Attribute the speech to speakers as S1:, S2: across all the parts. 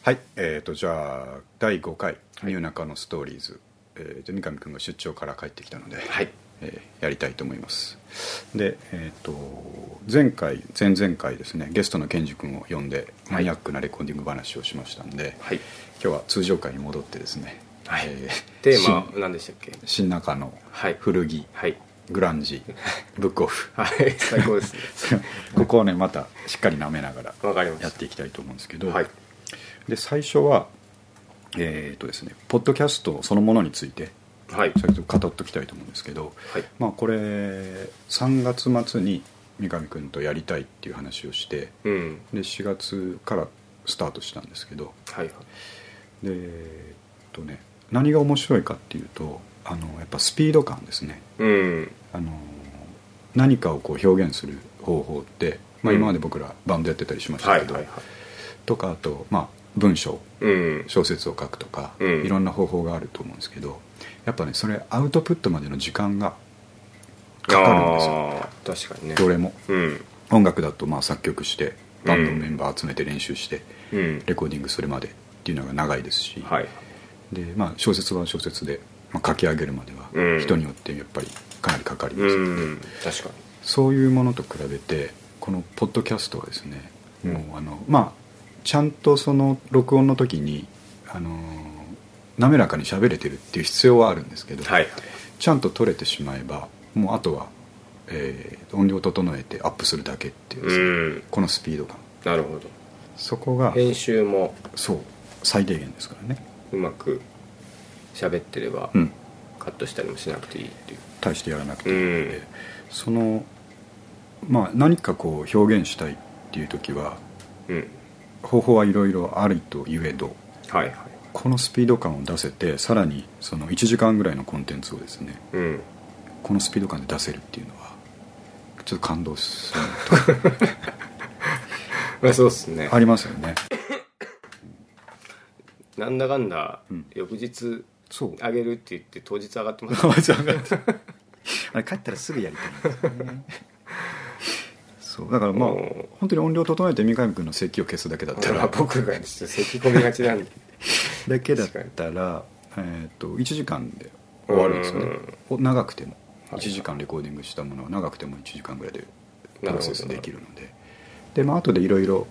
S1: はいえー、とじゃあ第5回「ニューナカのストーリーズ」えーと三上君が出張から帰ってきたので、
S2: はい
S1: えーやりたいと思いますで、えー、と前回前々回ですねゲストのケンジ君を呼んでマニアックなレコーディング話をしましたんで、
S2: はい
S1: 今日は通常回に戻ってですね、
S2: はい
S1: え
S2: テーマは何でしたっけ
S1: 新中野、
S2: はい
S1: 古着、
S2: はい
S1: グランジブックオフ
S2: はい最高ですね
S1: ここをねまたしっかり舐めながら
S2: わかりました
S1: やっていきたいと思うんですけど、
S2: はい
S1: で最初はえっ、とですねポッドキャストそのものについて
S2: はい
S1: 先ほど語っときたいと思うんですけど、
S2: はい
S1: まあ、これ3月末に三上君とやりたいっていう話をして
S2: うん
S1: で4月からスタートしたんですけど
S2: はいはい
S1: でえっとね何が面白いかっていうとあのやっぱスピード感ですね
S2: うん
S1: あの何かをこう表現する方法って、まあ、
S2: うん
S1: 今まで僕らバンドやってたりしました
S2: はい
S1: けど、
S2: はいはい
S1: とかあと、まあ、文章
S2: うん
S1: 小説を書くとか、
S2: うん
S1: いろんな方法があると思うんですけどやっぱねそれアウトプットまでの時間がかかるんですよ
S2: あー確かにね
S1: どれも
S2: うん
S1: 音楽だとまあ作曲してバンドのメンバー集めて練習して、
S2: うん
S1: レコーディングするまでっていうのが長いですし、
S2: はい
S1: でまあ、小説は小説で、まあ、書き上げるまで
S2: う
S1: は
S2: ん
S1: 人によってやっぱりかなりかかります、
S2: うん確かに
S1: そういうものと比べてこのポッドキャストはですね、
S2: うん
S1: もうあのまあちゃんとその録音の時にあのー滑らかに喋れてるっていう必要はあるんですけど、
S2: はい
S1: ちゃんと取れてしまえばもうあとは、えー音量整えてアップするだけっていうですね、
S2: うん
S1: このスピード感
S2: なるほど
S1: そこが
S2: 編集も
S1: そう最低限ですからね、
S2: うまく喋ってれば
S1: うん、
S2: カットしたりもしなくていいっていう
S1: 大してやらなくていいので、
S2: うん
S1: そのまあ何かこう表現したいっていう時は
S2: うん
S1: 方法はいろいろあるといえど
S2: はいはい
S1: このスピード感を出せてさらにその1時間ぐらいのコンテンツをですね
S2: うん
S1: このスピード感で出せるっていうのはちょっと感動する
S2: まあそうっすね
S1: ありますよね
S2: なんだかんだ
S1: うん
S2: 翌日
S1: そう
S2: 上げるって言って当日上がってます
S1: あれ帰ったらすぐやりたいんですよねそうだからまあ
S2: うん
S1: 本当に音量整えて三上君の咳を消すだけだった
S2: ただ
S1: ら
S2: 僕がちょっと咳込みがちなんで
S1: だけだったら、えー、と1時間で終わるんですよね
S2: う
S1: お
S2: ん
S1: 長くても
S2: は
S1: 1
S2: い
S1: 時間レコーディングしたものは長くても1時間ぐらいでプ
S2: なるほど
S1: ロセスできるのでで、まあ後でいろいろ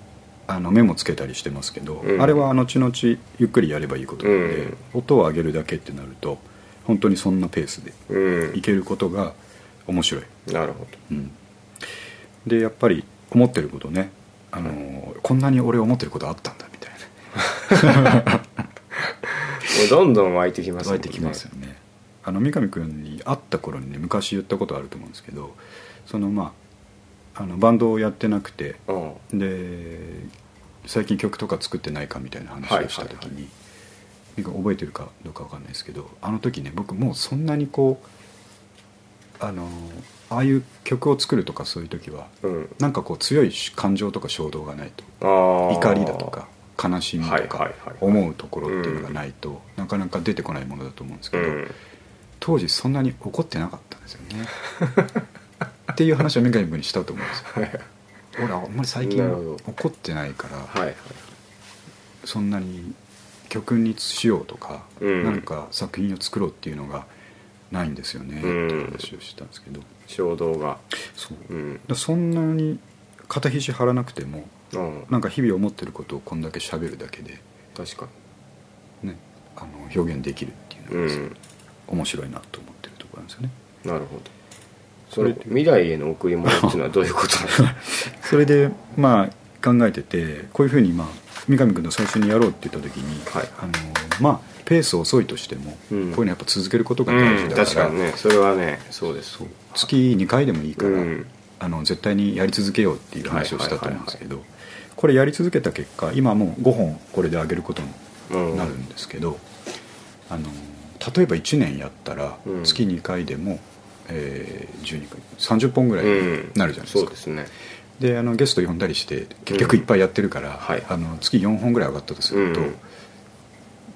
S1: あのメモつけたりしてますけど、
S2: うん
S1: あれは後々ゆっくりやればいいことなので、
S2: うん
S1: 音を上げるだけってなると本当にそんなペースで
S2: うん
S1: いけることが面白い、
S2: なるほ
S1: うん、でやっぱり思ってることねあの、こんなに俺思ってることあったんだみたいな
S2: どどんどん湧いてきます
S1: 湧いてきますよねあの三上君に会った頃にね昔言ったことあると思うんですけどそのまああのバンドをやってなくて
S2: うんは
S1: で最近曲とか作ってないかみたいな話をした時
S2: はいはい
S1: に三上覚えてるかどうかわかんないですけどあの時ね僕もうそんなにこうあのああいう曲を作るとかそういう時は
S2: うん
S1: なんかこう強い感情とか衝動がないと
S2: あー
S1: 怒りだとか悲しみ
S2: はい
S1: と
S2: はい
S1: か
S2: はい
S1: 思うところっていうのがないとなかなか出てこないものだと思うんです
S2: う
S1: けど、
S2: ん
S1: 当時そんなに怒ってなかったんですよ ねっていう話を三上君にしたと思うんですよ
S2: はいはい
S1: 俺あんまり最近
S2: なるほど
S1: 怒ってないから
S2: はい
S1: そんなに曲にしようとか、
S2: うん
S1: なんか作品を作ろうっていうのがないんですよね、
S2: うん
S1: って話をしたんですけど
S2: 衝動が
S1: そうだか
S2: うん
S1: らそんなに肩肘張らなくても
S2: うん
S1: なんか日々思ってることをこんだけ喋るだけで、
S2: 確か
S1: ね、あの表現できるっていう
S2: に
S1: の
S2: う
S1: が、
S2: ん
S1: 面白いなと思ってるところなんですよね
S2: なるほど
S1: そ
S2: そ
S1: れ
S2: れ未来への贈り物っていうのはどういうことなの
S1: それでまあ考えててこういうふうに、まあ、三上君の最初にやろうって言った時に、
S2: はい
S1: あのまあ、ペース遅いとしても、
S2: うん
S1: こういうのやっぱ続けることが大
S2: う
S1: 事
S2: ん
S1: だ
S2: 確
S1: から、
S2: かにねそれはねそうです
S1: そう月2回でもいいから、
S2: うん
S1: あの絶対にやり続けようっていう話をしたと思うんですけど、これやり続けた結果今もう5本これで上げること
S2: うん
S1: になるんですけど、あの例えば1年やったら
S2: うん
S1: 月2回でも、えー12回30本ぐらいになるじゃないですか。
S2: うんそうですね
S1: であのゲスト呼んだりして結局いっぱいやってるから、
S2: はい
S1: あの月4本ぐらい上がったとすると、
S2: うん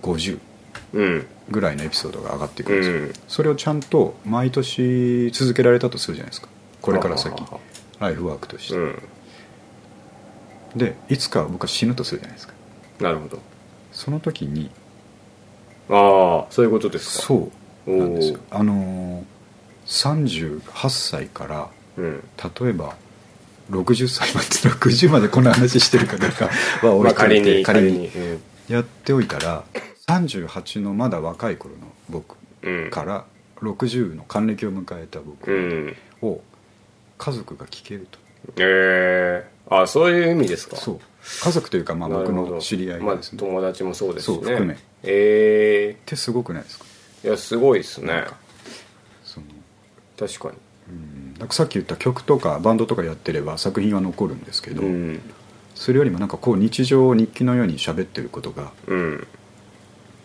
S1: 50
S2: うん
S1: ぐらいのエピソードが上がってくるんですよ、
S2: うん
S1: それをちゃんと毎年続けられたとするじゃないですかこれから先
S2: ははは
S1: ライフワークとして、
S2: うん
S1: でいつか僕は死ぬとするじゃないですか
S2: なるほど
S1: その時に
S2: ああそういうことですか
S1: そう
S2: おー
S1: なんですよあのー38歳から
S2: うん
S1: 例えば60歳まで 60までこの話してるかどうかは置
S2: まあ
S1: いと
S2: 仮
S1: いて
S2: に仮にうん
S1: やっておいたら38のまだ若い頃の僕
S2: うん
S1: から60の還暦を迎えた
S2: う
S1: 僕
S2: ん
S1: を家族が聞けると、
S2: ええあそういう意味ですか
S1: そう家族というかまあ
S2: なる
S1: 僕
S2: ほど
S1: の知り合い
S2: ま
S1: が
S2: あ
S1: ですね、っ
S2: 友達もそうですしね
S1: そう含め
S2: え
S1: てすごくないですか
S2: えいやすごいですね
S1: その
S2: 確か
S1: うんなんかさっき言った曲とかバンドとかやってれば作品は残るんですけ
S2: に
S1: ど、
S2: うん
S1: それよりもなんかこう日常を日記のように喋ってることが
S2: うん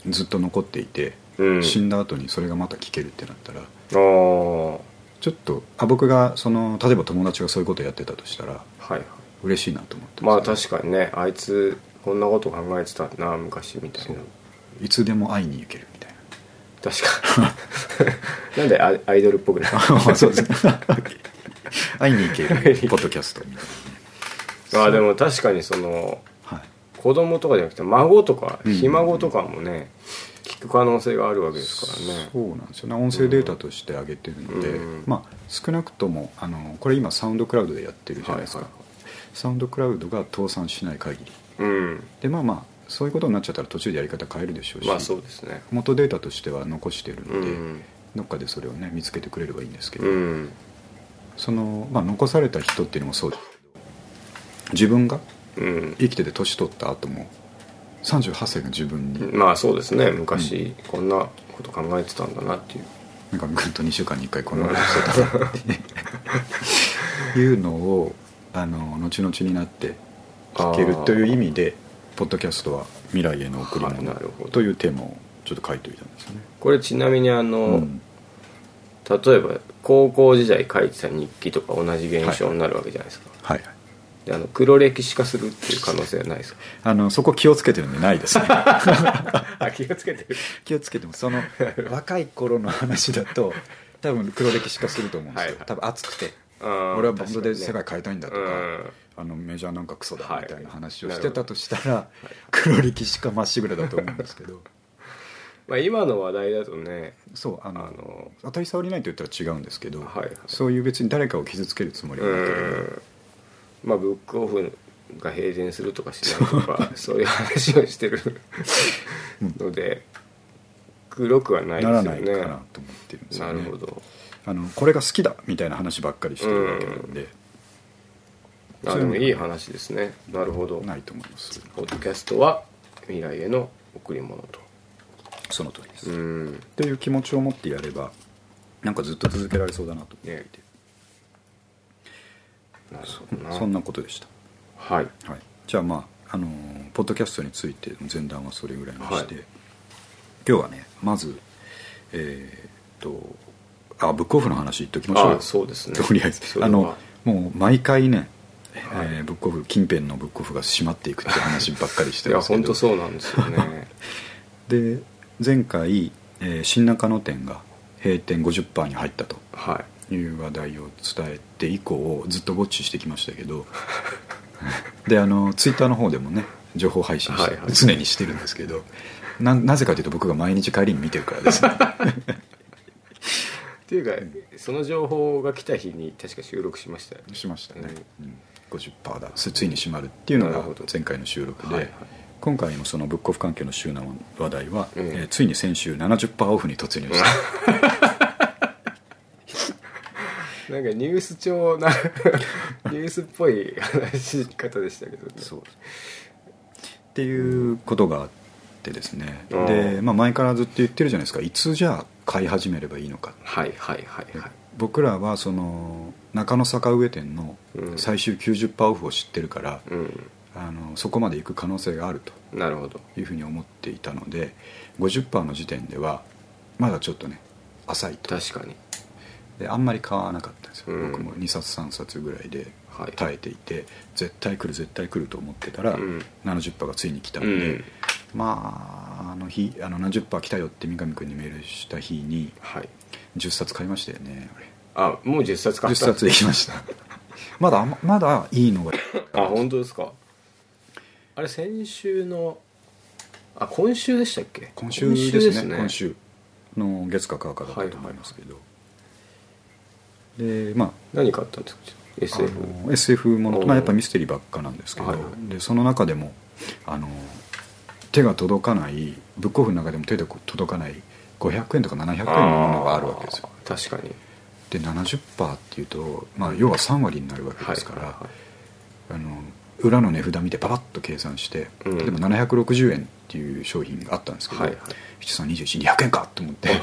S1: ずっと残っていて、
S2: うん
S1: 死んだ後にそれがまた聞けるってなったら
S2: ああは
S1: ちょっとあ僕がその例えば友達がそういうことやってたとしたら
S2: いはい
S1: 嬉しいなと思って
S2: まあ
S1: すね
S2: 確かにねあいつこんなこと考えてたな昔みたいない
S1: つでも会いに行けるみた い
S2: 確かに なんでアアイドルっぽくない
S1: なそうですね 会いに行けるポッドキャストみたい
S2: まあでも確かにその
S1: な、はい、
S2: 子供とかじゃなくて孫とか
S1: うん
S2: ひ孫とかもね聞く可能性があるわけですからね
S1: そうなんですよね音声データとして上げてるので、
S2: うん
S1: まあ、少なくともあのこれ今サウンドクラウドでやってるじゃないですか、
S2: はいは
S1: サウンドクラウドが倒産しない限り
S2: うん
S1: でまあまあそういうことになっちゃったら途中でやり方変えるでしょうし、
S2: まあそうですね
S1: 元データとしては残してるの
S2: う
S1: で、
S2: ん
S1: どっかでそれをね見つけてくれればいいんですけど、
S2: うん
S1: その、まあ、残された人っていうのもそうですけど自分が
S2: うん
S1: 生きてて年取った後も38歳の自分に、
S2: まあそうですね昔こんなこと考えてたんだなっていう
S1: なんかぐっと2週間に1回こんな話してたなっていうのをあの後々になって聞けるという意味でポッドキャストは未来への贈り
S2: はい
S1: 物
S2: なるほど
S1: というテーマをちょっと書いておいたんですよね、
S2: これちなみにあの、
S1: うん
S2: 例えば高校時代書いてた日記とか同じ現象になるわけじゃないですか、
S1: はいはい
S2: であの黒歴史化するっていう可能性はな いですか
S1: あのそこ気をつけてるんでないです ね
S2: あ気をつけてる
S1: 気をつけてもそ の若い頃の話だと多分黒歴史化すると思うんですよ、
S2: はいはい
S1: 多分熱くて俺
S2: 俺
S1: はバンドで世界変えたいんだとか
S2: うん
S1: あのメジャーなんかクソだ
S2: はい
S1: みたいな話をしてたとしたら、黒歴史かまっしぐらだと思うんですけ ど
S2: まあ、今の話題だとね
S1: そうあ
S2: あ
S1: の
S2: の
S1: 当たり障りないと言ったら違うんですけど、
S2: はいはい
S1: そういう別に誰かを傷つけるつもり
S2: う
S1: はなければ
S2: んまあブックオフが閉店するとかしないとかそういう話をしてるので黒くはない
S1: なら
S2: で
S1: な
S2: す
S1: い
S2: よね
S1: かなと思ってるんですよ
S2: な
S1: ね
S2: るほど
S1: あのこれが好きだみたいな話ばっかりしてるわけなんで、
S2: あでもいい話ですねなるほど
S1: ないと思います
S2: ポッドキャストは未来への贈り物と
S1: その通りです、
S2: う
S1: っ
S2: ん
S1: ていう気持ちを持ってやればなんかずっと続けられそうだなと思っていて、
S2: なるほどな
S1: そんなことでした
S2: はい
S1: はい、じゃあまあ、あのーポッドキャストについての前段はそれぐらいにして、
S2: はい
S1: 今日はねまずえーっとあブックオフの話言っておきましょう
S2: あ
S1: よ
S2: そうですね
S1: とりあえ
S2: そ
S1: ず
S2: れは
S1: あのもう毎回ね、
S2: はい
S1: えーブックオフ近辺のブックオフが閉まっていくっていう話ばっかりし
S2: い
S1: てるん
S2: や
S1: ですけ
S2: 本
S1: ど
S2: 当そうなんですよ ね
S1: で前回、えー新中野店が閉店50%に入ったと
S2: は
S1: いう話題を伝えて以降ずっとウォッチしてきましたけど であのツイッターの方でもね情報配信して、
S2: はいはい
S1: 常にしてるんですけどななぜかというと僕が毎日帰りに見てるから ですね
S2: いっていうかその情報が来た日に確か収録しましたよね
S1: しましたね、うん、50%だすついに閉まるっていうの
S2: なる
S1: が
S2: ほど
S1: 前回の収録で、
S2: はいはい
S1: 今回のそのブックオフ関係の週な話題は、
S2: うん
S1: えーついに先週70%オフに突入した
S2: なんかニュース調な ニュースっぽい話し方でしたけどね
S1: そうっていうことがあってですね、
S2: うん
S1: で、まあ、前からずっと言ってるじゃないですかいつじゃあ買い始めればいいのか
S2: はいはいはいはい
S1: 僕らはその中野坂上店の
S2: うん
S1: 最終90%オフを知ってるから、
S2: うん
S1: あのそこまで行く可能性があると
S2: なるほど
S1: いうふうに思っていたので50%の時点ではまだちょっとね浅いと
S2: 確かに
S1: であんまり買わなかったんですよ、
S2: うん
S1: 僕も2冊3冊ぐらいで
S2: はい
S1: 耐えていて、絶対来る絶対来ると思ってたら、
S2: うん
S1: 70%がついに来た
S2: う
S1: ので、
S2: ん
S1: まああの日あの70%来たよって三上君にメールした日に
S2: はい
S1: 10冊買いましたよね
S2: あもう10冊買
S1: 俺10
S2: った
S1: 冊できました まだあんままだいいのが
S2: あ本当ですかあれ先週のあ今週でしたっけ
S1: 今週ですね今週
S2: 今
S1: の月か火かだったと思いますけど、でまあ
S2: 何買ったんですか SF
S1: あの SF もの
S2: おー
S1: まあ、やっぱミステリーばっかなんですけど、
S2: はいはい
S1: でその中でもあの手が届かないブックオフの中でも手が届かない500円とか700円のものがあるわけですよ
S2: あー確かに
S1: で70%っていうと、まあ、要は3割になるわけですから、
S2: はい
S1: あ
S2: はい
S1: の裏の値札見てパパッと計算して、
S2: うん
S1: 例えば760円っていう商品があったんですけど、
S2: はいはい
S1: 7321200円かと思って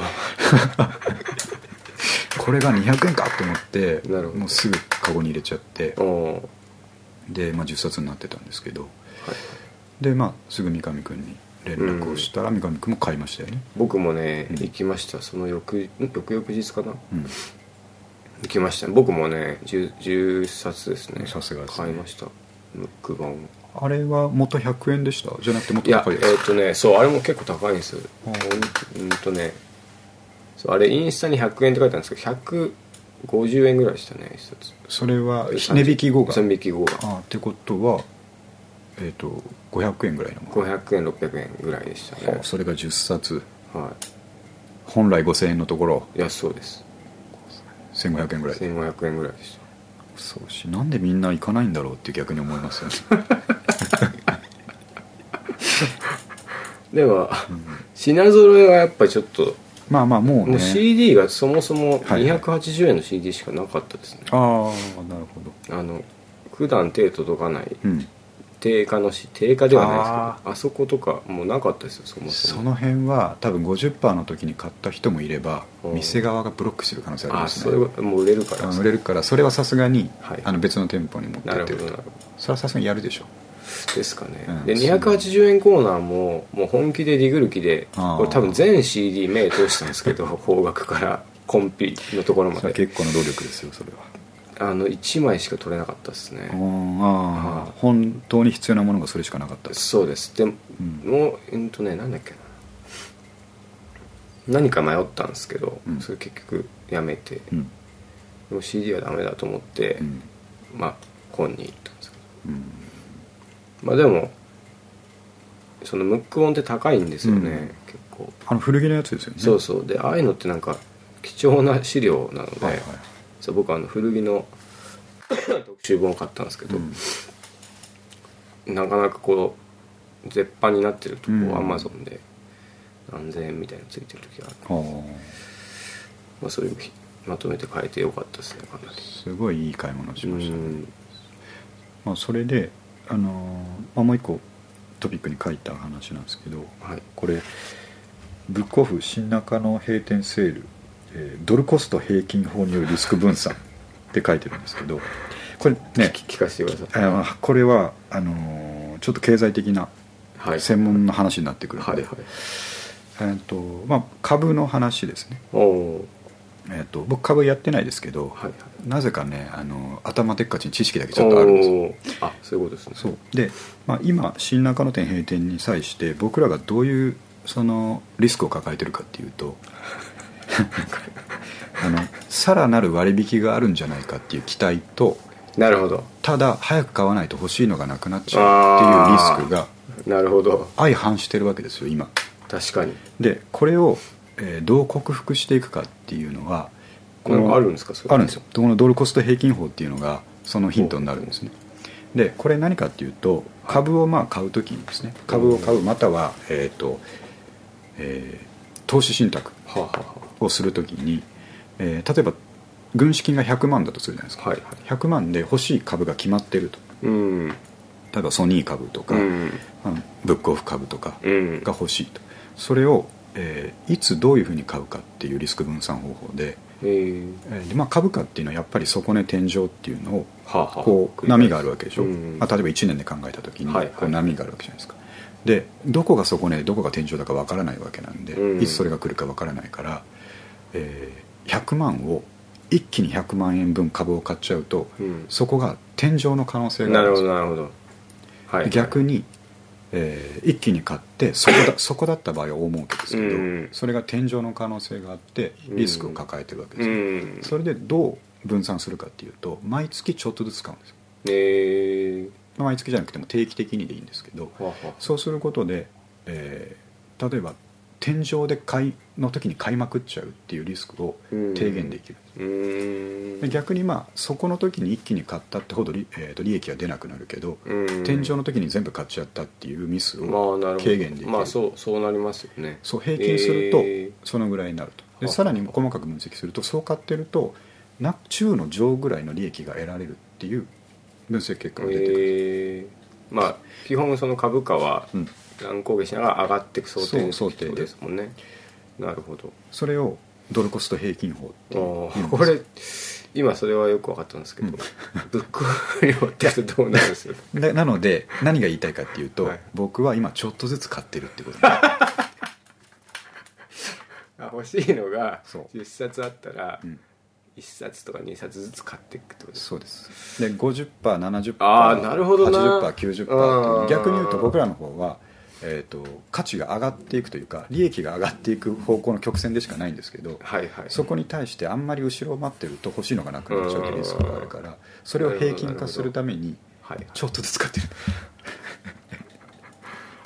S1: これが200円かと思って
S2: なるほど
S1: もうすぐカゴに入れちゃって
S2: おおー
S1: で、まあ、10冊になってたんですけどで、まあ、すぐ三上君に連絡をしたら、三上君も買いましたよね、
S2: 僕もね
S1: うん
S2: 行きましたその翌翌々日かな
S1: うん、
S2: 行きました僕もね 10, 10冊ですね
S1: さすがですね
S2: 買いましたムック版を
S1: あれは元100円でしたじゃなくて元
S2: いやえ
S1: 高い
S2: っ
S1: です、
S2: とねそうあれも結構高いんですよ
S1: うん
S2: ほんうんとねそうあれインスタに100円って書いてあるんですけど150円ぐらいでしたね一冊
S1: それは値引き後が
S2: 値引き後が
S1: ああってことはえっ、と500円ぐらいのもの
S2: 500円600円ぐらいでしたね
S1: あそれが10冊
S2: は
S1: 本来5000円のところ
S2: いいやそうです
S1: 1500円ぐらい
S2: 1500円ぐらいでした
S1: そうしなんでみんな行かないんだろうって逆に思いますよね
S2: では、品揃えはやっぱりちょっと
S1: まあまあもう
S2: もう
S1: ね
S2: CD がそもそも
S1: はいはい
S2: 280円の CD しかなかったですね、
S1: ああなるほど
S2: あの普段手届かない
S1: うん
S2: 定価のし定価ではないですけど
S1: あ
S2: あそことかもうなかったですよそもそ
S1: そ
S2: も
S1: の辺は多分50%の時に買った人もいれば
S2: うん
S1: 店側がブロックしてる可能性あり
S2: あ
S1: ます
S2: そ
S1: ね
S2: れはもう売れるか
S1: あ
S2: ら
S1: の売れるからそれはさすがに、
S2: はい
S1: あの別の店舗に持って
S2: な
S1: っ
S2: る
S1: て
S2: ほ
S1: る
S2: どなる
S1: と
S2: ほど
S1: それはさすがにやるでしょ
S2: ですかね、
S1: うん
S2: で280円コーナーももう本気でディグる気で
S1: あー
S2: これ多分全 CD 目通したんですけど方角からコンピのところま
S1: それは
S2: で
S1: 結構の努力ですよそれは
S2: あの1枚しか取れなかったです
S1: う
S2: ね
S1: んああ
S2: はい
S1: 本当に必要なものがそれしかなかったです
S2: そうですでも
S1: うん
S2: うえっとねなんだっけな何か迷ったんですけど、
S1: うん
S2: それ結局やめて、
S1: うん
S2: でも CD はダメだと思って、
S1: うん
S2: まあ本に行ったんですけど
S1: うん
S2: まあでもそのムック本って高いんですよね、
S1: うん
S2: 結構
S1: あの古着のやつですよね
S2: そうそうでああいうのってなんか貴重な資料なので、
S1: はいはい
S2: そう僕あの古着の 特集本を買ったんですけど、
S1: うん
S2: なかなかこう絶版になってるとこ
S1: うん
S2: アマゾンで何千円みたいなのついてる時がある、
S1: は
S2: まあ、それをひまとめて変えてよかったですねかな
S1: あすごいいい買い物をし
S2: りう
S1: ましたね
S2: ん
S1: まあ、それで、あのーまあ、もう一個トピックに書いた話なんですけど
S2: はい
S1: これブックオフ新中野閉店セール、えードルコスト平均法によるリスク分散って書いてるんですけどこれね
S2: 聞聞かせてください
S1: あーこれはあのーちょっと経済的な
S2: はい
S1: 専門の話になってくるの
S2: はい
S1: で、
S2: はい
S1: えーとまあ、株の話ですね、
S2: おお
S1: えー、と僕株やってないですけど、
S2: はいはい
S1: なぜかねあの頭でっかちに知識だけちょっとあるんですよ
S2: おーあそういうことですね
S1: そうで、まあ、今新中野店閉店に際して僕らがどういうそのリスクを抱えてるかっていうと あのさらなる割引があるんじゃないかっていう期待と
S2: なるほど
S1: ただ早く買わないと欲しいのがなくなっちゃうっていうリスクが
S2: なるほど
S1: 相反してるわけですよ今
S2: 確かに
S1: でこれを、えーどう克服していくかっていうのは
S2: これあるんですかそれ
S1: あるんですよこのドルコスト平均法っていうのがそのヒントになるんですねでこれ何かっていうと株をまあ買う時にですね株を買うまたは、えーとえー投資信託
S2: はあ、は
S1: をする時に、えー例えば軍資金が100万だとするじゃないです
S2: あ
S1: か、
S2: はあ、はいはい
S1: 100万で欲しい株が決まってると
S2: うん
S1: 例えばソニー株とか、
S2: うん
S1: あのブックオフ株とか
S2: うん
S1: が欲しいとそれを、えーいつどういうふうに買うかっていうリスク分散方法で、
S2: えー、
S1: えーでまあ、株価っていうのはやっぱり底値天井っていうのを
S2: はあ、はあ、
S1: こう波があるわけでしょ、
S2: うん
S1: まあ、例えば1年で考えた時に
S2: はいはい
S1: こう波があるわけじゃないですか、でどこが底値でどこが天井だかわからないわけなんで、
S2: うん
S1: いつそれが来るかわからないから、えー100万を一気に100万円分株を買っちゃうと
S2: うん
S1: そこが天井の可能性があ
S2: な
S1: るんで
S2: るほ
S1: す
S2: ど
S1: よ
S2: なるほどはい
S1: 逆に、えー一気に買ってそこ だそこだった場合は大儲けですけど、
S2: うん
S1: それが天井の可能性があってリスクを抱えてるわけで
S2: う
S1: すよ、
S2: ん
S1: それでどう分散するかっていうと毎月ちょっとずつ買うんですよ
S2: えー、
S1: 毎月じゃなくても定期的にでいいんですけど
S2: はあ、はあ、
S1: そうすることで、えー例えば天井で買いの時に買いまくっちゃうっていうリスクを低減できる、
S2: うー
S1: で
S2: ん
S1: 逆にまあそこの時に一気に買ったってほど利,、えーと利益は出なくなるけど、
S2: うん
S1: 天井の時に全部買っちゃったっていうミス
S2: まあ
S1: を
S2: なるほど
S1: 軽減できる、
S2: まあそうそうなりますよね
S1: そう平均すると
S2: え
S1: そのぐらいになると、で
S2: は
S1: さらに細かく分析するとそう買ってるとな中の上ぐらいの利益が得られるっていう分析結果
S2: ー
S1: が出てくる、
S2: えーまあ基本その株価は
S1: うん
S2: 乱高下しながら上がっていく想定の
S1: そう想定で
S2: ですもんねなるほど
S1: それをドルコスト平均法っていう
S2: あーこれ今それはよく分かったんですけど、ブックオフ量ってどうなるん ですか
S1: でなので何が言いたいかっていうと、
S2: はい
S1: 僕は今ちょっとずつ買ってるって ことなんで
S2: あ欲しいのが
S1: そう
S2: 10冊あったら
S1: す、うん
S2: 1冊とか2冊ずつ買っていくってことです
S1: そうですで 50%70%
S2: あーなるほどな
S1: 80%90%
S2: うん
S1: 逆に言うと僕らの方は、えー、と価値が上がっていくというか利益が上がっていく方向の曲線でしかないんですけど
S2: はいはい
S1: そこに対してあんまり後ろを待ってると欲しいのがなくなっちゃうってリスクがあるからそれを平均化するために
S2: はい
S1: ちょっとずつ買ってる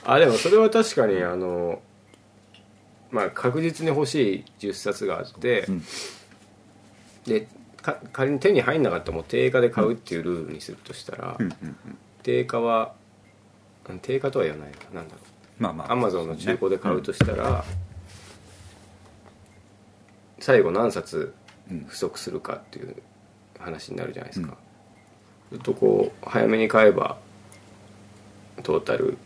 S2: あでもそれは確かにあのまあ確実に欲しい10冊があって、
S1: うん
S2: でか仮に手に入んなかったらもう定価で買うっていうルールにするとしたら、
S1: うんうんうん
S2: 定価はうん定価とは言わないななんだろ
S1: まあま
S2: う
S1: あ
S2: アマゾンの中古で買うとしたら、最後何冊
S1: うん
S2: 不足するかっていう話になるじゃないですか、ずっとこう早めに買えばトータル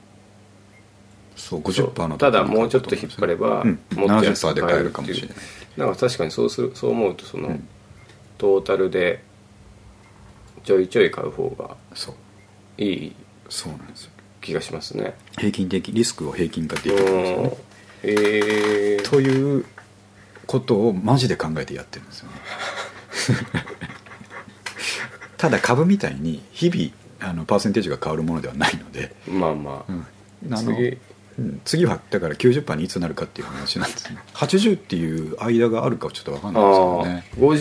S1: そう50%の
S2: ただもうちょっと引っ張れば、
S1: うん
S2: もっと安
S1: 70%
S2: く
S1: で買えるかもしれない
S2: ってうなんか確かにそうするそう思うとその、
S1: うん
S2: トータルでちょいちょい買う方が
S1: そう
S2: いい
S1: そうなんですよ
S2: 気がしますね
S1: 平均的リスクを平均化でき
S2: う
S1: るんですよ
S2: ん
S1: ね
S2: えー、
S1: ということをマジで考えてやってるんですよね ただ株みたいに日々あのパーセンテージが変わるものではないので、
S2: まあまあ、
S1: あの
S2: 次
S1: うん次はだから90%にいつなるかっていう話なん ですね80っていう間があるかちょっと分かん
S2: あ
S1: ないですけど
S2: あ
S1: ね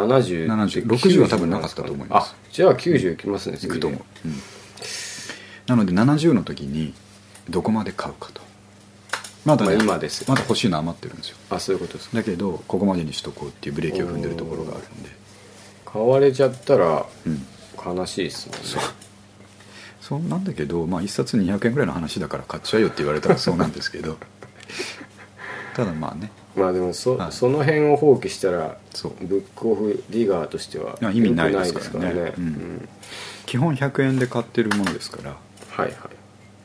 S2: 5070 70
S1: 60は多分なかったと思います
S2: あじゃあ90いきますね
S1: い
S2: 次
S1: くと思う、うんなので70の時にどこまで買うかとまだ、ね
S2: まあ今ですよ
S1: まだ欲しいの余ってるんですよ
S2: あそういうことですか
S1: だけどここまでにしとこうっていうブレーキを踏んでるところがあるんで
S2: 買われちゃったら
S1: うん
S2: 悲しいですもんね
S1: そうなんだけど、まあ、1冊200円ぐらいの話だから買っちゃえよって言われたらそうなんですけ どただまあね
S2: まあでもそ,、
S1: はい
S2: その辺を放棄したら
S1: そう
S2: ブックオフリガーとしてはい
S1: や意味ないですからね
S2: 良くないですから
S1: うん
S2: うん
S1: 基本100円で買ってるものですから
S2: はいはい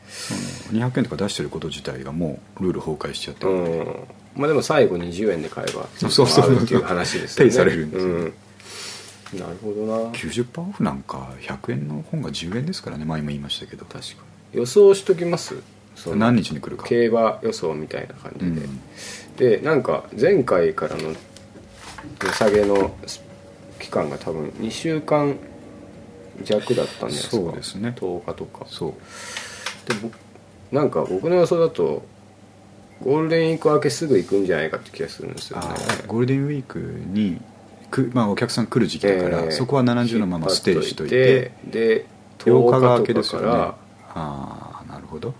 S1: その200円とか出してること自体がもうルール崩壊しちゃって
S2: う
S1: る、
S2: んまあでも最後20円で買えば
S1: そうそうそう
S2: あるっていう話ですよ
S1: ペ
S2: ね
S1: イされるんですよね
S2: うんなるほどな確
S1: 90%オフなんか100円の本が10円ですからね前も言いましたけど
S2: かに予想しときますその
S1: 何日に来るか
S2: 競馬予想みたいな感
S1: う
S2: じ
S1: ん
S2: で、でなんか前回からの値下げの期間が多分2週間弱だったんじゃないですか
S1: そうですね
S2: 10日とか
S1: そう
S2: で僕なんか僕の予想だとゴールデンウィーク明けすぐ行くんじゃないかって気がするんですよね
S1: あーゴールデンウィークにく、まあ、お客さん来る時期だから、
S2: えー
S1: そこは70のままステイしとい
S2: 引って張っといてで
S1: 8日が
S2: 10
S1: 明
S2: 日
S1: けで
S2: とか
S1: す
S2: か
S1: よね
S2: ら、
S1: ああーなるほど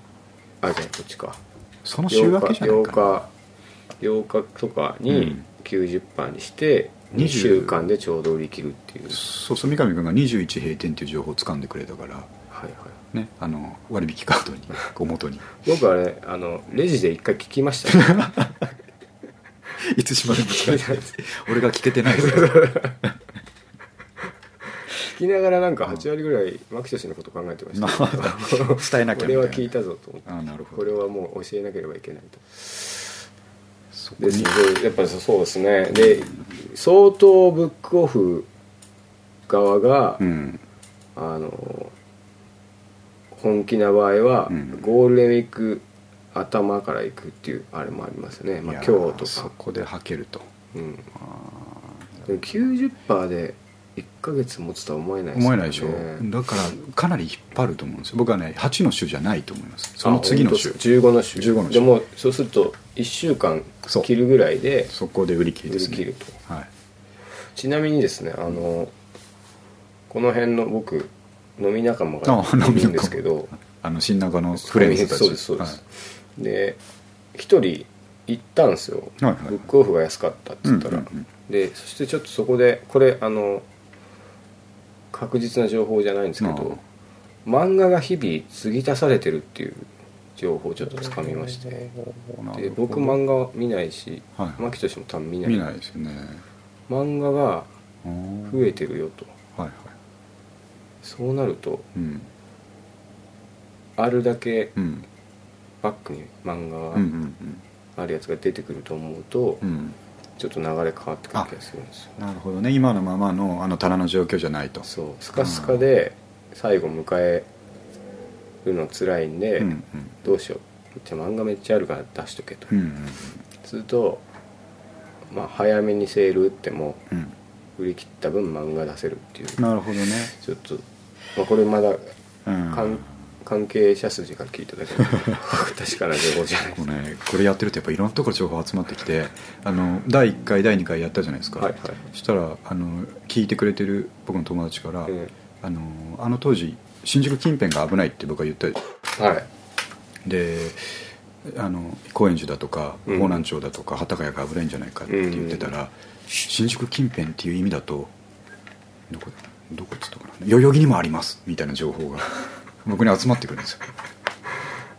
S2: あじゃあこっちか
S1: その週
S2: 8
S1: 明け
S2: 日
S1: じゃない
S2: 8
S1: かな
S2: 日8日とか
S1: う
S2: に
S1: ん
S2: 90パーにして
S1: 20
S2: 2週間でちょうど売り切るっていう、
S1: そうそう三上君が21閉店っていう情報を掴んでくれたから、
S2: はいはい
S1: ね、あの割引カードにこう元に
S2: 僕あれあのレジで一回聞きました ね
S1: いつしまでも使え ない俺が聞けてないですから
S2: 聞きながらなんか8割ぐらい牧俊のこと考えてました、
S1: まあ伝えなきゃみ
S2: 俺
S1: たいな
S2: は聞いたぞと思っ て
S1: あなるほど
S2: これはもう教えなければいけないと
S1: そこ
S2: で
S1: に
S2: すごいやっぱりそうですねで相当ブックオフ側が、
S1: うん
S2: あの本気な場合は、
S1: うん
S2: ゴールデンウィーク頭から行くっていうあれもありますね、まあ、
S1: いや
S2: 今
S1: ー
S2: 日と
S1: そ
S2: か、
S1: こではけると
S2: うん、
S1: あ
S2: でも90%で1ヶ月持つとは思えな
S1: ー
S2: いですよ
S1: 思えないでしょ、だからかなり引っ張ると思うんですよ僕はね8の週じゃないと思いますその次の
S2: あ
S1: 週
S2: 本当15の週
S1: 15の週
S2: でもそうすると1週間
S1: そう
S2: 切るぐらいで
S1: そこで売り切
S2: 売
S1: りで
S2: り
S1: すね
S2: 切ると
S1: はい
S2: ちなみにですねあのこの辺の僕飲み仲間
S1: あ
S2: が
S1: 飲み仲間
S2: いるんですけど
S1: あの新中のフレンズたち
S2: そうですそうです、で一人行ったんですよ、
S1: はいはいはい
S2: ブックオフが安かったって言ったら、
S1: うんうんうん
S2: でそしてちょっとそこでこれあの確実な情報じゃないんですけど漫画が日々継ぎ足されてるっていう情報をちょっとつかみまして
S1: はい
S2: で僕漫画見ないし
S1: はいはい
S2: 牧俊も多分見ない
S1: 見ないですよね
S2: 漫画が
S1: 増
S2: 増えてるよと
S1: はいはい
S2: そうなると
S1: うん
S2: あるだけ
S1: うん
S2: バックに漫
S1: うん
S2: 画があるやつが出てくると思うと
S1: うんうん
S2: ちょっと流れ変わってくる気がするんですよ
S1: なるほどね今のままのあの棚の状況じゃないと
S2: そうスカスカで最後迎えるの辛いんで、
S1: うん
S2: どうしようじゃあ漫画めっちゃあるから出しとけと、
S1: うんうん
S2: するとまあ早めにセール打っても
S1: うんうん
S2: 売り切った分漫画出せるっていう
S1: なるほどね
S2: ちょっと、まあ、これまだ
S1: うん
S2: 関関係者筋から聞いた だけの確かな情報じゃないで
S1: こう
S2: す
S1: ねこれやってるとやっぱいろんなところ情報集まってきてあの第1回第2回やったじゃないですか、
S2: はいはい
S1: そしたらあの聞いてくれてる僕の友達から、
S2: え
S1: あのあの当時新宿近辺が危ないって僕は言った
S2: はい
S1: であの高円寺だとか
S2: うん
S1: 方南町だとか幡ヶ谷が危ないんじゃないかって言ってたら、新宿近辺っていう意味だとどこどこっつったかな代々木にもありますみたいな情報が 僕に集まってくるんですよ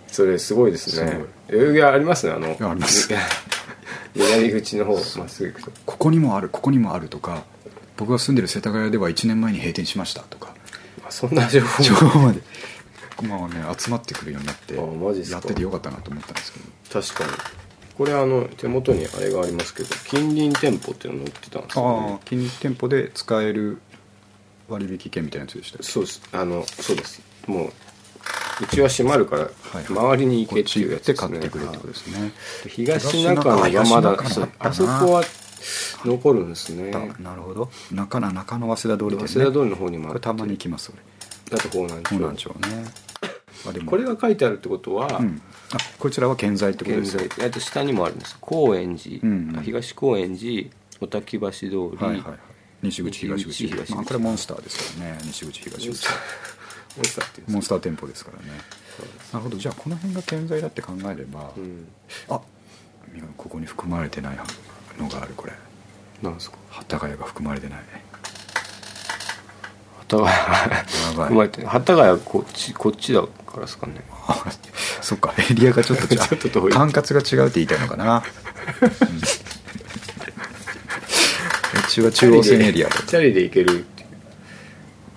S2: それすごいですね代々木はありますねあの
S1: やあります
S2: 南口の方まっすぐ行くと
S1: ここにもあるここにもあるとか僕が住んでる世田谷では1年前に閉店しましたとか
S2: あそんな情報
S1: 情
S2: も
S1: 報までまあね集まってくるようになって
S2: あマジっすか
S1: やっててよかったなと思ったんですけど
S2: 確かにこれあの手元にあれがありますけど近隣店舗っていうの載ってたんですよ、
S1: あ
S2: ね
S1: あ、金融店舗で使える割引券みたいなやつでした
S2: そうですあのそうですもううちは閉まるから
S1: はい
S2: 周りに行
S1: こ
S2: け
S1: っ
S2: って
S1: ち
S2: いう
S1: 行
S2: や
S1: っ
S2: つ
S1: て
S2: です
S1: 買っ
S2: ね
S1: てくるってことですね
S2: はい東中野がまだ
S1: 東
S2: そ
S1: 中
S2: う
S1: 野
S2: あそこは残るんですね
S1: あったなるほど中野中野早稲田通りで
S2: 早稲
S1: すね
S2: 田通りの方にもあ
S1: これ
S2: る
S1: たまに行きます俺
S2: だと方南町
S1: 本南町ねあでも
S2: これが書いてあるってことは、
S1: うんあこちらは健在ってことで
S2: 現
S1: す
S2: 在えっと下にもあるんです高円寺、
S1: うんうん
S2: あ東高円寺小滝橋通り、
S1: はいはいはい西口東口
S2: 西口東口
S1: まあ、これモンスターですからね西口東
S2: モンス
S1: 口
S2: ターモンスターっていうん
S1: モ
S2: で
S1: ンスター店舗ですからね
S2: す
S1: なるほどじゃあこの辺が健在だって考えれば、
S2: かうん
S1: あここに含まれてないのがあるこれ
S2: なんですか
S1: 幡ヶ谷が含まれてない
S2: 幡ヶ
S1: やばい
S2: 谷生まれて幡ヶ谷はこっちこっちだからですかね
S1: あ そっかエリア がちょっと違う
S2: ちょっと遠い
S1: 管轄が違うって言いたいのかな、うん、うちは中央線エリアだ
S2: チャリで行けるってい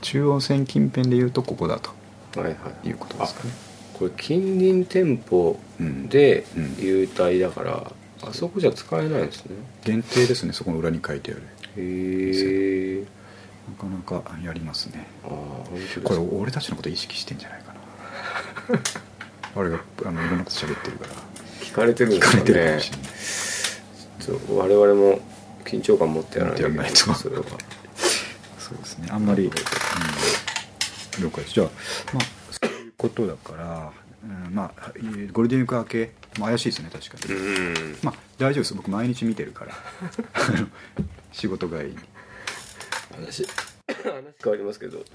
S1: 中央線近辺でいうとここだと
S2: うはいはい
S1: いうことですかね
S2: あこれ近隣店舗で
S1: うん
S2: 優待だから、あそこじゃ使えないんですね
S1: 限定ですねそこの裏に書いてある
S2: へえ
S1: なかなかやりますね
S2: ああ本当です
S1: これ
S2: か
S1: 俺たちのこと意識してんじゃないか な俺があのいろんなこと喋ってるから
S2: 聞かれてるん
S1: 聞
S2: で
S1: か
S2: すか
S1: れ
S2: ね
S1: てるかもしれない
S2: ちょっと我々も緊張感持ってやらない
S1: 持ってやらないと
S2: それは
S1: そうですねあんまり、うん、了解ですじゃあまあそういうことだから、うん、まあえーゴールデンウィーク明け、まあ、怪しいですね確か
S2: う
S1: に、
S2: ん
S1: まあ大丈夫です僕毎日見てるから あの仕事帰りに
S2: 話話変わりますけど、
S1: はい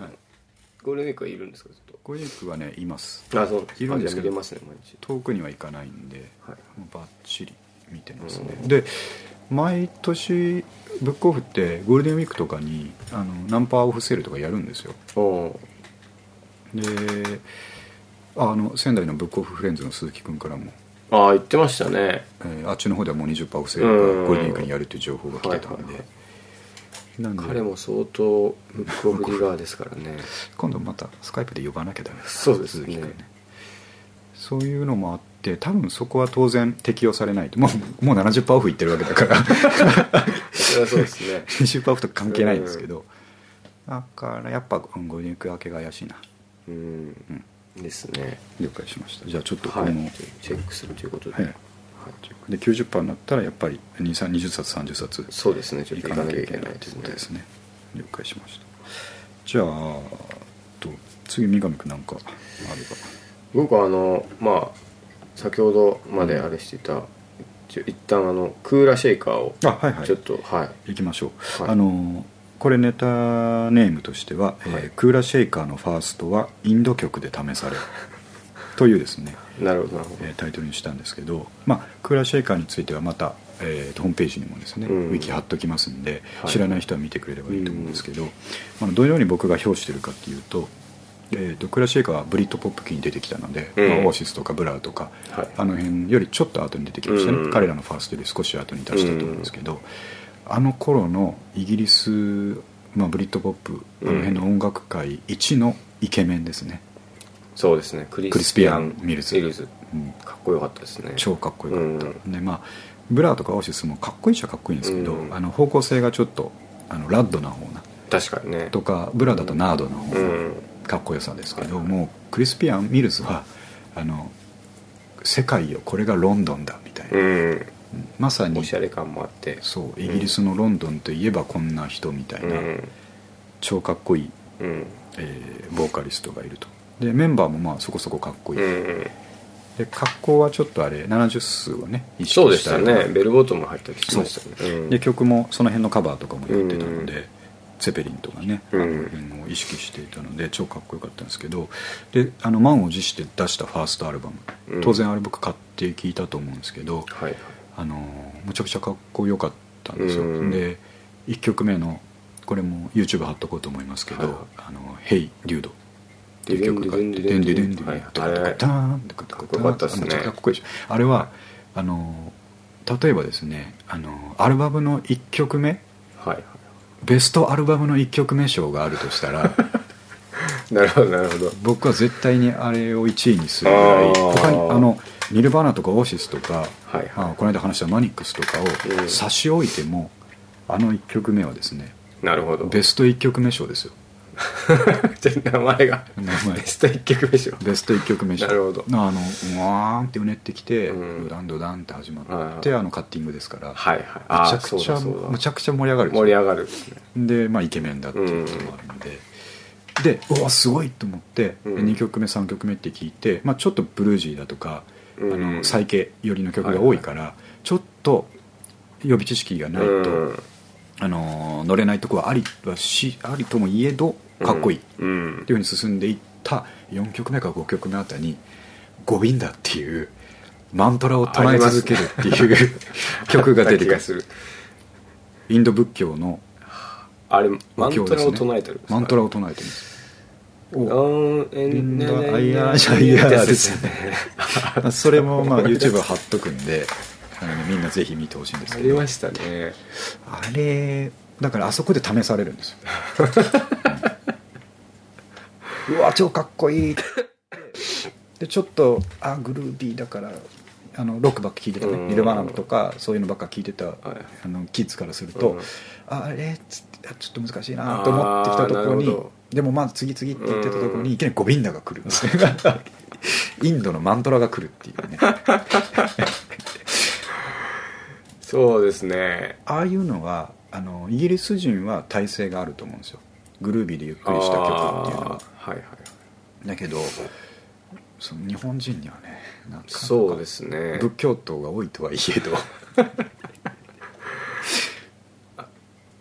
S2: ゴールデンウィークはいるんですかずっと
S1: ゴールデンウィークはねいます
S2: あそう
S1: いるんですけど
S2: あじゃあ見れますね毎日
S1: 遠くには行かないんで、
S2: はい
S1: もうバッチリ見てますね、
S2: うん
S1: で毎年ブックオフってゴールデンウィークとかにあのナンパーオフセールとかやるんですよ
S2: おー
S1: でああの仙台のブックオフフレンズの鈴木君からも、
S2: ああ言ってましたね
S1: えーあっちの方ではもう20%オフセールがゴールデンウィークにやるという情報が来てたんで、
S2: はいはいはい
S1: なんで
S2: 彼も相当ブックオフリガーですからね
S1: 今度またスカイプで呼ばなきゃダメです
S2: そうです
S1: 鈴
S2: ね
S1: 木君そういうのもあって多分そこは当然適用されないともうもう70%オフいってるわけだから
S2: それはそうですね
S1: 20%オフと関係ないんですけど、だからやっぱうんゴールデンウィーク明けが怪しいな
S2: うんですね
S1: 了解しましたじゃあちょっとこ
S2: は
S1: の、
S2: いチェックするということで、
S1: はい
S2: はい
S1: で90%になったらやっぱり23 20冊30冊
S2: そうですねちょっ
S1: 行
S2: と
S1: かな
S2: 行かな
S1: きゃ
S2: きゃ
S1: い
S2: い
S1: け
S2: け
S1: な
S2: ないい
S1: と
S2: で
S1: いう
S2: す
S1: こと
S2: ね
S1: ですね了解しましたじゃあと次三上君なんかあれば
S2: 僕はあのまあ先ほどまであれしてた、ちょ一旦あのクーラーシェイカーを
S1: あはいはい
S2: ちょっとはい、
S1: 行きましょう、
S2: はい
S1: あのこれネタネームとしては、えー
S2: はい
S1: クーラシェイカーのファーストはインド曲で試されというですね、
S2: なるほどなるほど
S1: えータイトルにしたんですけど、まあ、クーラーシェイカーについてはまた、えーとホームページにもですね、
S2: うん
S1: ウィキ貼っときますんで、
S2: はい
S1: 知らない人は見てくれればいいと思うんですけど、あのどのように僕が評してるかっていうと,、えーとクーラーシェイカーはブリッドポップ期に出てきたので、
S2: うん
S1: まあオアシスとかブラーとか、
S2: はい
S1: あの辺よりちょっと後に出てきましたね、
S2: うん
S1: 彼らのファーストより少し後に出したと思うんですけど、あの頃のイギリス、まあ、ブリッドポップあの辺の音楽界一のイケメンですね、
S2: そうですねクリ
S1: クリスピアンミルズ
S2: ミルズ
S1: うん
S2: かっこよかったですね
S1: 超かっこよかった、
S2: うん
S1: でまあブラーとかオアシスもかっこいいっちゃかっこいいんですけど、
S2: うん
S1: あの方向性がちょっとあのラッドな方な
S2: 確かにね
S1: とかブラーだとナードな方
S2: う
S1: なんかっこよさですけど、もうクリスピアン・ミルズはあの世界よこれがロンドンだみたいな、
S2: うん
S1: うんまさに
S2: おしゃれ感もあって
S1: そうイギリスのロンドンといえばこんな人みたいうな、
S2: ん
S1: 超かっこいい、
S2: うん
S1: えーボーカリストがいるとでメンバーもまあそこそこかっこいい、
S2: うん
S1: で格好はちょっとあれ70数をね意識
S2: そうでし
S1: よ
S2: た
S1: うな
S2: ねベルボトム入ったりしましたね
S1: で曲もその辺のカバーとかもやってたので、
S2: うん
S1: ゼペリンとかね、
S2: うん
S1: あの辺を意識していたので超かっこよかったんですけどであの満を持して出したファーストアルバム、
S2: うん
S1: 当然あれ僕買って聴いたと思うんですけど、
S2: はいはい
S1: あのむちゃくちゃかっこよかったんですよ、
S2: うん
S1: で1曲目のこれも YouTube 貼っとこうと思いますけど「
S2: はいはい
S1: あの Hey デュード」っていう曲があって「デ
S2: デ
S1: ン
S2: ン
S1: デ
S2: デ
S1: ン
S2: ン
S1: デ
S2: デ
S1: ンデンデ
S2: ンデン
S1: ン
S2: デン」
S1: とかと
S2: は
S1: か
S2: いはい
S1: ダーンとかと
S2: かっこよかったっすね
S1: めちゃくちゃかっこいいでしょあれはあの例えばですねあのアルバムの1曲目
S2: はいは
S1: ベストアルバムの1曲目賞があるとしたら
S2: いなるほどなるほど
S1: 僕は絶対にあれを1位にするぐらい
S2: あー
S1: 他にあのニルバーナとかオーシスとか
S2: はいは
S1: まあ、この間話したマニックスとか
S2: う
S1: を
S2: ん
S1: 差し置いても、あの1曲目はですね
S2: いなるほど
S1: ベスト1曲目賞ですよ
S2: じゃあ名前が
S1: 名前
S2: ベスト一曲でしょ
S1: ベスト1曲目賞
S2: なるほど
S1: あのうわーんってうねってきて、
S2: うん
S1: ドランドランって始
S2: はい
S1: ま
S2: は
S1: っ
S2: い
S1: て、あのカッティングですから、
S2: はいはい
S1: む
S2: あ
S1: ちゃ
S2: あ
S1: く
S2: そう
S1: ちゃ
S2: だそう
S1: む
S2: だ
S1: ちゃくちゃ盛り上がるでしょ
S2: 盛り上がるですね
S1: で、まあ、イケメンだっていうこともあるので、でうわすごいと思って、
S2: うん
S1: で2曲目3曲目って聞いて、まあ、ちょっとブルージーだとか、
S2: うん
S1: あのサイケ寄りの曲が多いから、ちょっと予備知識がないと、
S2: うん
S1: あの乗れないとこはありはしありともいえどかっこいい、って
S2: うん
S1: いうふうに進んでいった4曲目か5曲目あたりに「5便だ」っていうマントラを唱え続けるっていう曲が出て
S2: 気
S1: く
S2: が
S1: る
S2: する
S1: インド仏教の
S2: あれ
S1: お
S2: マン
S1: 経
S2: ト
S1: です
S2: ラ
S1: ね
S2: を唱えてるんですか
S1: マントラを唱えてるんですお
S2: うんえ
S1: リン
S2: ん
S1: ダ
S2: ね
S1: アイアーシャイアーですねそれもまあ YouTube 貼っとくんであのねみんなぜひ見てほしいんです
S2: あ
S1: け
S2: り
S1: ど
S2: ましたね
S1: あれだからあそこで試されるんです ようんうわ超かっこいいでちょっとあグルービーだからあのロックばっか聞いてた
S2: う
S1: ね
S2: ん
S1: リルバナムとかそういうのばっか聞いてた
S2: い
S1: あのキッズからすると、
S2: うん
S1: ああれっつってあちょっと難しいなと思ってきたところ
S2: あーなるほど
S1: にでもまあ次々って言ってたところ
S2: うん
S1: にいきなりゴビンダが 来るんですよインドのマントラが来るっていうね
S2: そうですね
S1: ああいうのはあのイギリス人は体勢があると思うんですよグルービーでゆっくりした曲っていうのは
S2: あーはいはい
S1: だけどその日本人にはねなかなか
S2: そうですね
S1: 仏教徒が多いとはいえど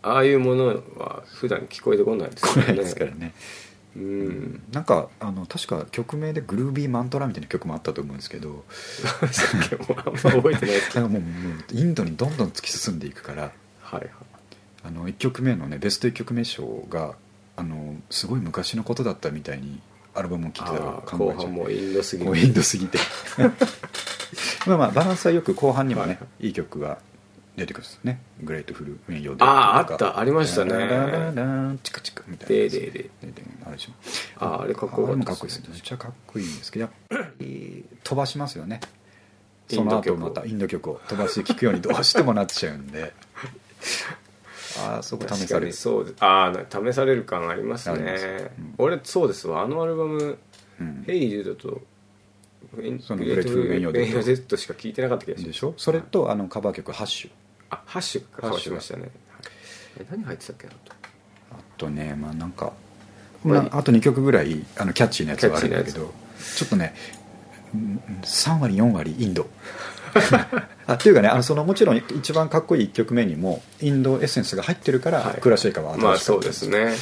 S2: ああいうものは普段聞こえてこないです
S1: 来ないですからね
S2: うん
S1: なんかあの確か曲名でグルービーマントラみたいな曲もあったと思うんですけど
S2: さっきもあんま覚えてないですけ
S1: な
S2: ど
S1: んかもうもうインドにどんどん突き進んでいくから
S2: はいはい
S1: あの1曲目のねベスト1曲目賞があのすごい昔のことだったみたいにアルバムを聴いてたら
S2: あ
S1: 考
S2: ー
S1: えち
S2: 後
S1: ゃう
S2: 半もインドすぎ
S1: もうインドすぎてまあまあバランスはよく後半にもね、い、い曲が出てくるんですね「グレートフル運用で」
S2: あーあったありましたね
S1: ララララランチクチクみたいな
S2: で
S1: やつ
S2: でで
S1: でであれでしょ
S2: あーあれかっこよ
S1: あれ
S2: か
S1: も
S2: っ
S1: か
S2: た
S1: っこいいですねめっちゃかっこいいんですけどやっぱり飛ばしますよね
S2: イ
S1: そ
S2: ン
S1: の
S2: ド
S1: 後
S2: 曲
S1: またインド曲を飛ばして聴くようにどうしてもなっちゃうんでああそこ試
S2: 確
S1: さ
S2: か
S1: れ
S2: に
S1: る
S2: そうですああ試される感あります
S1: ありま
S2: ね
S1: すうん
S2: 俺そうですわあのアルバム
S1: う
S2: 「
S1: ん
S2: ヘイジュード」と「グレ
S1: そのグ
S2: ート
S1: レートフルメンヨーデッド
S2: メンヨーデッド」しか聞いてなかった気がし
S1: で
S2: ます
S1: しょそれとあのカバー曲「ハッシュ
S2: あハッシュ
S1: ハ
S2: か
S1: ッ
S2: わ
S1: シ
S2: し
S1: ュ
S2: ましたねえ何入ってたっけなと
S1: あとねまあなんか、
S2: まあ
S1: まあ、あと2曲ぐらいあのキャッチーなやつはあるんだけ
S2: キャッチー
S1: どちょっとねうん3割4割インド あっていうかねあのそのもちろん一番かっこいい1曲目にもインドエッセンスが入ってるから、
S2: はい
S1: クーラシェイカーは
S2: ま
S1: 新
S2: あ
S1: しか
S2: そ
S1: っ
S2: う
S1: たん
S2: ですね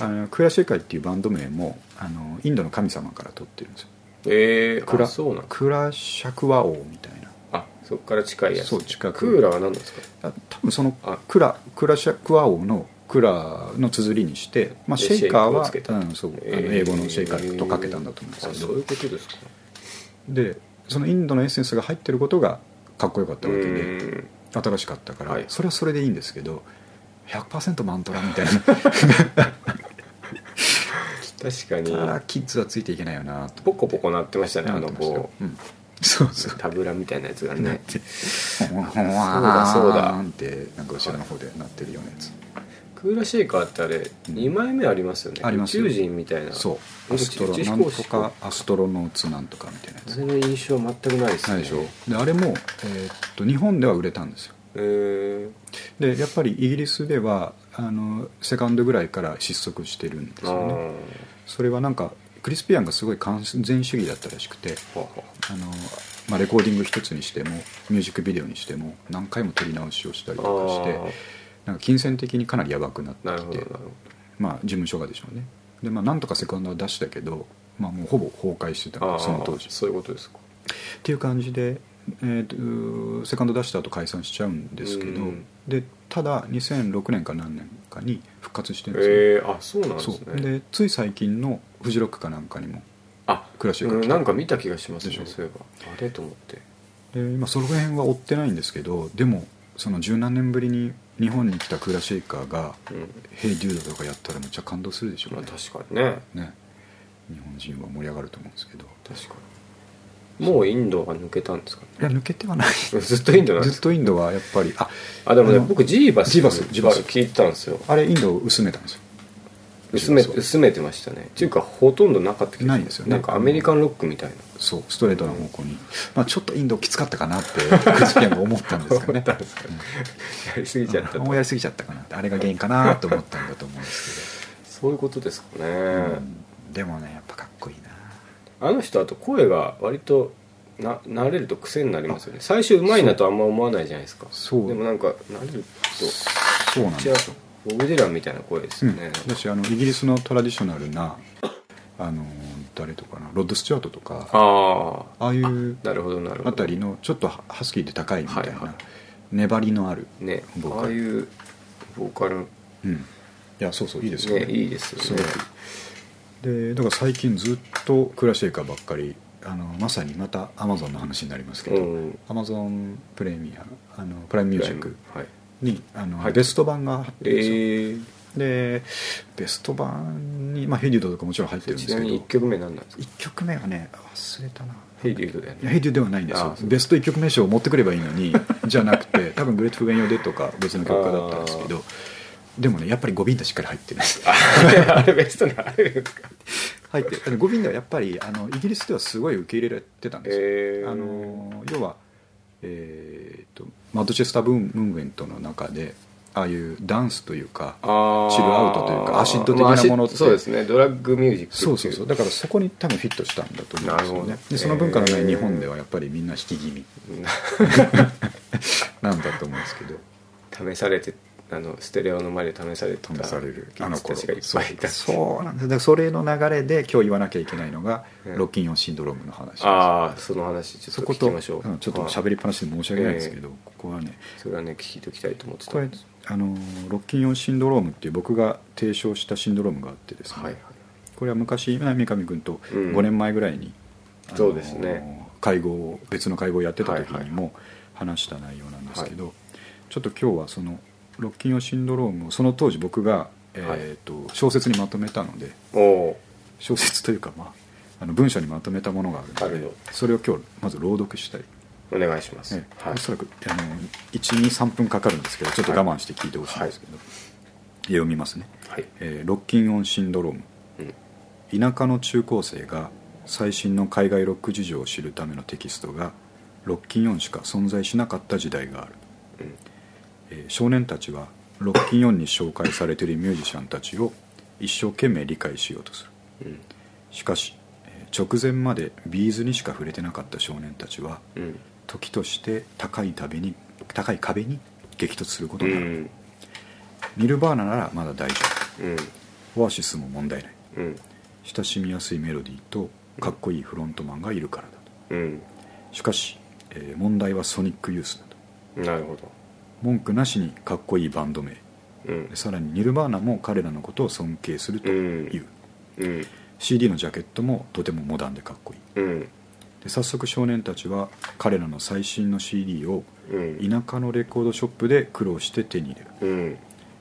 S1: あのクーラシェイカーっていうバンド名もあのインドの神様から取ってるんですよ
S2: ええ
S1: クラ
S2: あそうなん
S1: クラシャクワ王みたいな
S2: あそこから近いやつ
S1: そう近く
S2: クーラーは何ですか
S1: あ多分その
S2: あ
S1: クラクラシャクワ王のクラの綴りにして、まあ、
S2: で
S1: シェイカー
S2: シェイクを
S1: は
S2: つけた
S1: うんそうあの
S2: えー
S1: 英語のシェイカーとかけたんだと思うんです
S2: あ
S1: けど、
S2: そういうことですか
S1: でそのインドのエッセンスが入ってることがかっこよかった
S2: う
S1: わけで
S2: ーん
S1: 新しかったから、
S2: はい
S1: それはそれでいいんですけど100%マントラみたい な
S2: 確かに
S1: ただキッズはついていけないよなと
S2: ポコポコなってましたねあ
S1: な
S2: の
S1: ってました
S2: こ
S1: ようんそうそう
S2: タブラみたいなやつ が
S1: なっ
S2: ね
S1: て「ほんほん
S2: だそうだ
S1: ーんってなんか後ろの方でなってるようなやつ、
S2: クーラーシェイカーってあれ2枚目ありますよね
S1: ありますよ
S2: 宇宙人みたいな
S1: そう
S2: 宇
S1: アスト
S2: 宙
S1: ロ
S2: 飛
S1: なん
S2: 行
S1: と
S2: 士
S1: かアストロノーツなんとかみたいなや
S2: そ
S1: つ
S2: れの印象は全くないですね
S1: ないでしょであれも、えーっと日本では売れたんですよ
S2: えー
S1: でやっぱりイギリスではあのセカンドぐらいから失速してるんです
S2: あ
S1: よねそれはなんかクリスピアンがすごい完全主義だったらしくて
S2: ーはは
S1: あの、まあ、レコーディング一つにしてもミュージックビデオにしても何回も撮り直しをしたりとかして
S2: あー
S1: なんか金銭的にかなりやばくなって
S2: なる
S1: き
S2: ほどな
S1: て
S2: るほど
S1: まあ事務所がでしょうねでまあなんとかセカンドは出したけど、まあ、もうほぼ崩壊してた
S2: あー
S1: その当時
S2: そういうことですか
S1: っていう感じで、えーとセカンド出した後解散しちゃうんですけど、
S2: うん
S1: でただ2006年か何年かに復活してるんですよ、
S2: ええあそうなんで
S1: そ
S2: す
S1: う
S2: ね
S1: でつい最近のフジロックかなんかにも
S2: あ
S1: クラシック
S2: うんなんか見た気がします
S1: でし
S2: ね
S1: ょ
S2: そういえばあれと思って
S1: で今その辺は追ってないんですけどでもその十何年ぶりに日本に来たクーラシェイカーが
S2: うん
S1: 「ヘイデュード」とかやったらめっちゃ感動するでしょう
S2: まあ
S1: ね,、
S2: 確かにね
S1: ね日本人は盛り上がると思うんですけどい
S2: 確かにもうインドが抜けたんですか
S1: や抜けてはない
S2: ね ずっとインドなんで
S1: ずっ
S2: す
S1: とインドはやっぱりあ
S2: あでも
S1: あ
S2: ね
S1: の
S2: 僕ジーバス
S1: ジーバスジーバス
S2: 聞いてたんですよ
S1: あれインドを薄めたんですよ
S2: 薄め
S1: ジーバスは
S2: 薄めてましたねっていうかほとんどなかった気が
S1: ないですよね
S2: なんかアメリカンロックみたいな
S1: そうストレートな方向に、まあ、ちょっとインドきつかったかなってクリスピアンが思ったんですか
S2: 思
S1: ね
S2: ったんですかねやりすぎちゃった
S1: うんもうやりすぎちゃったかなってあれが原因かなと思ったんだと思うんです
S2: そういうことですかね
S1: けど、うんでもねやっぱかっこいいな
S2: あの人あと声が割とな慣れると癖になりますよね最初うまいなとあんま思わないじゃないですか
S1: そう
S2: でもなんか慣れる
S1: そうなん
S2: と
S1: です
S2: じゃ
S1: よ、
S2: ボブ・ディランみたいな声です
S1: う
S2: よ
S1: ん
S2: ね、、
S1: だしあのイギリスのトラディショナルなあの誰とかなロッド・スチュワートとか
S2: ああ
S1: ああいう
S2: なるほどなるほど
S1: あたりのちょっとハハスキーで高いみたいな、
S2: はいはい
S1: 粘りのある、
S2: ね
S1: ボーカル
S2: ああいうボーカル
S1: うん、いやそうそういいですよ
S2: ね
S1: ね
S2: いいですよね
S1: すでだから最近ずっとクラシェイカーばっかりあのまさにまたアマゾンの話になりますけど、
S2: うん
S1: アマゾンプレミアあのプライムミュージック
S2: はい
S1: にあの、
S2: はい
S1: ベスト版が入ってるんですよ、
S2: ええ
S1: でベスト版に、まあ、ヘイデュードとかもちろん入ってるんで
S2: ち
S1: す
S2: な
S1: け
S2: みに
S1: ど
S2: 1曲目何なんですか
S1: 1曲目がね忘れたな
S2: ヘイディードだよ
S1: いや
S2: ね
S1: ヘイデューではないんです
S2: あ
S1: よ
S2: そう
S1: ベスト1曲名賞を持ってくればいいの にじゃなくて多分「グレート・フェンヨデ」とか別の曲家だったんですけどでもねやっぱり5便でしっかり入ってるんです
S2: あれベストなあれですか
S1: 入ってる5便ではやっぱりあのイギリスではすごい受け入れられてたんですよ、
S2: ええ
S1: あの要は、えー、とマッドチェスターブームムーブメントの中でああいうダンスというか
S2: あー
S1: チルアウトというかアシッド的な
S2: まあアシッ
S1: ものって
S2: そうですねドラッグミュージックってい
S1: そうそうそうだからそこに多分フィットしたんだと思うんですよ
S2: なるほど
S1: ねでその文化のな
S2: え
S1: い
S2: ー
S1: 日本ではやっぱりみんな引き気味なんだと思うんですけど
S2: 試されてあのステレオの前で試されてた
S1: 試される
S2: あの子たちがいっぱいいた
S1: そうそうなんですだからそれの流れで今日言わなきゃいけないのが
S2: うん
S1: ロッキンオンシンドロームの話です
S2: ああその話ち
S1: そ
S2: ょっと
S1: こ
S2: 聞き
S1: と
S2: ましょう
S1: うんちょっと喋りっぱなしで申し訳ないですけど、ここはね
S2: それはね聞いておきたいと思ってた
S1: これあのロッキンオンシンドロームっていう僕が提唱したシンドロームがあってですね、
S2: はいはい
S1: これは昔まあ三上君と
S2: うん
S1: 5年前ぐらいに、あの
S2: そうですね
S1: 会合を別の会合をやってた時にも話した内容なんですけど、ちょっと今日はそのロッキンオンシンドロームをその当時僕が、えーと小説にまとめたので
S2: おお
S1: 小説というか、まあ、あの文章にまとめたものがあるので
S2: あるよ
S1: それを今日まず朗読したい、
S2: お願いします、
S1: ええ
S2: はい
S1: おそらくあの123分かかるんですけどちょっと我慢して聞いてほしいんですけど、読みますね、
S2: はい
S1: えーロッキンオンシンドローム」
S2: うん
S1: 田舎の中高生が最新の海外ロック事情を知るためのテキストがロッキンオンしか存在しなかった時代がある、
S2: うん
S1: えー少年たちはロッキンオンに紹介されているミュージシャンたちを一生懸命理解しようとする
S2: うん
S1: しかしえー直前までビーズにしか触れてなかった少年たちは
S2: うん
S1: 時として高い壁に高い壁に激突すること
S2: う
S1: になる、
S2: ん
S1: ニルバーナならまだ大丈
S2: うん
S1: 夫オアシスも問題ない
S2: うん
S1: 親しみやすいメロディーとかっこいいフロントマンがいるからだ
S2: うん
S1: としかし、えー問題はソニックユースだと
S2: なるほど
S1: 文句なしにかっこいいバンド名
S2: うん
S1: さらにニルバーナも彼らのことを尊敬するという、
S2: うん
S1: CD のジャケットもとてもモダンでかっこいい
S2: うん
S1: で早速少年たちは彼らの最新の CD を
S2: うん
S1: 田舎のレコードショップで苦労して手に入れる
S2: うん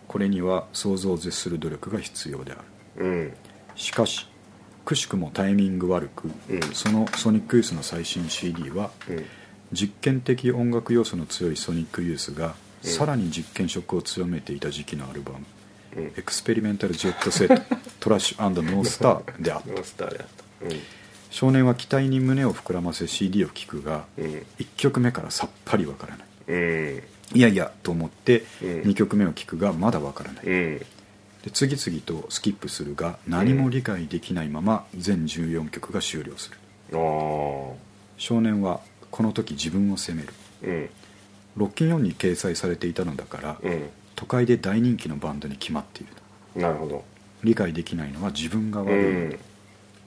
S1: これには想像を絶する努力が必要である
S2: うん
S1: しかしくしくもタイミング悪く、
S2: うん
S1: そのソニックユースの最新 CD は
S2: うん
S1: 実験的音楽要素の強いソニックユースが、
S2: うん
S1: さらに実験色を強めていた時期のアルバム
S2: う
S1: 「
S2: ん
S1: エクスペリメンタル・ジェット・セット」 「トラッシュノースター」であった
S2: ノースターであった
S1: 少年は期待に胸を膨らませ CD を聴くが
S2: うんうん
S1: 1曲目からさっぱりわからない
S2: うん
S1: いやいやと思って
S2: うん
S1: 2曲目を聴くがまだわからない
S2: うん
S1: で次々とスキップするが何も理解できないまま全14曲が終了する
S2: ああ
S1: 少年はこの時自分を責める
S2: うん
S1: ロッキン4に掲載されていたのだから
S2: うん
S1: 都会で大人気のバンドに決まっていると
S2: なるほど
S1: 理解できないのは自分が
S2: う
S1: 悪い、
S2: ん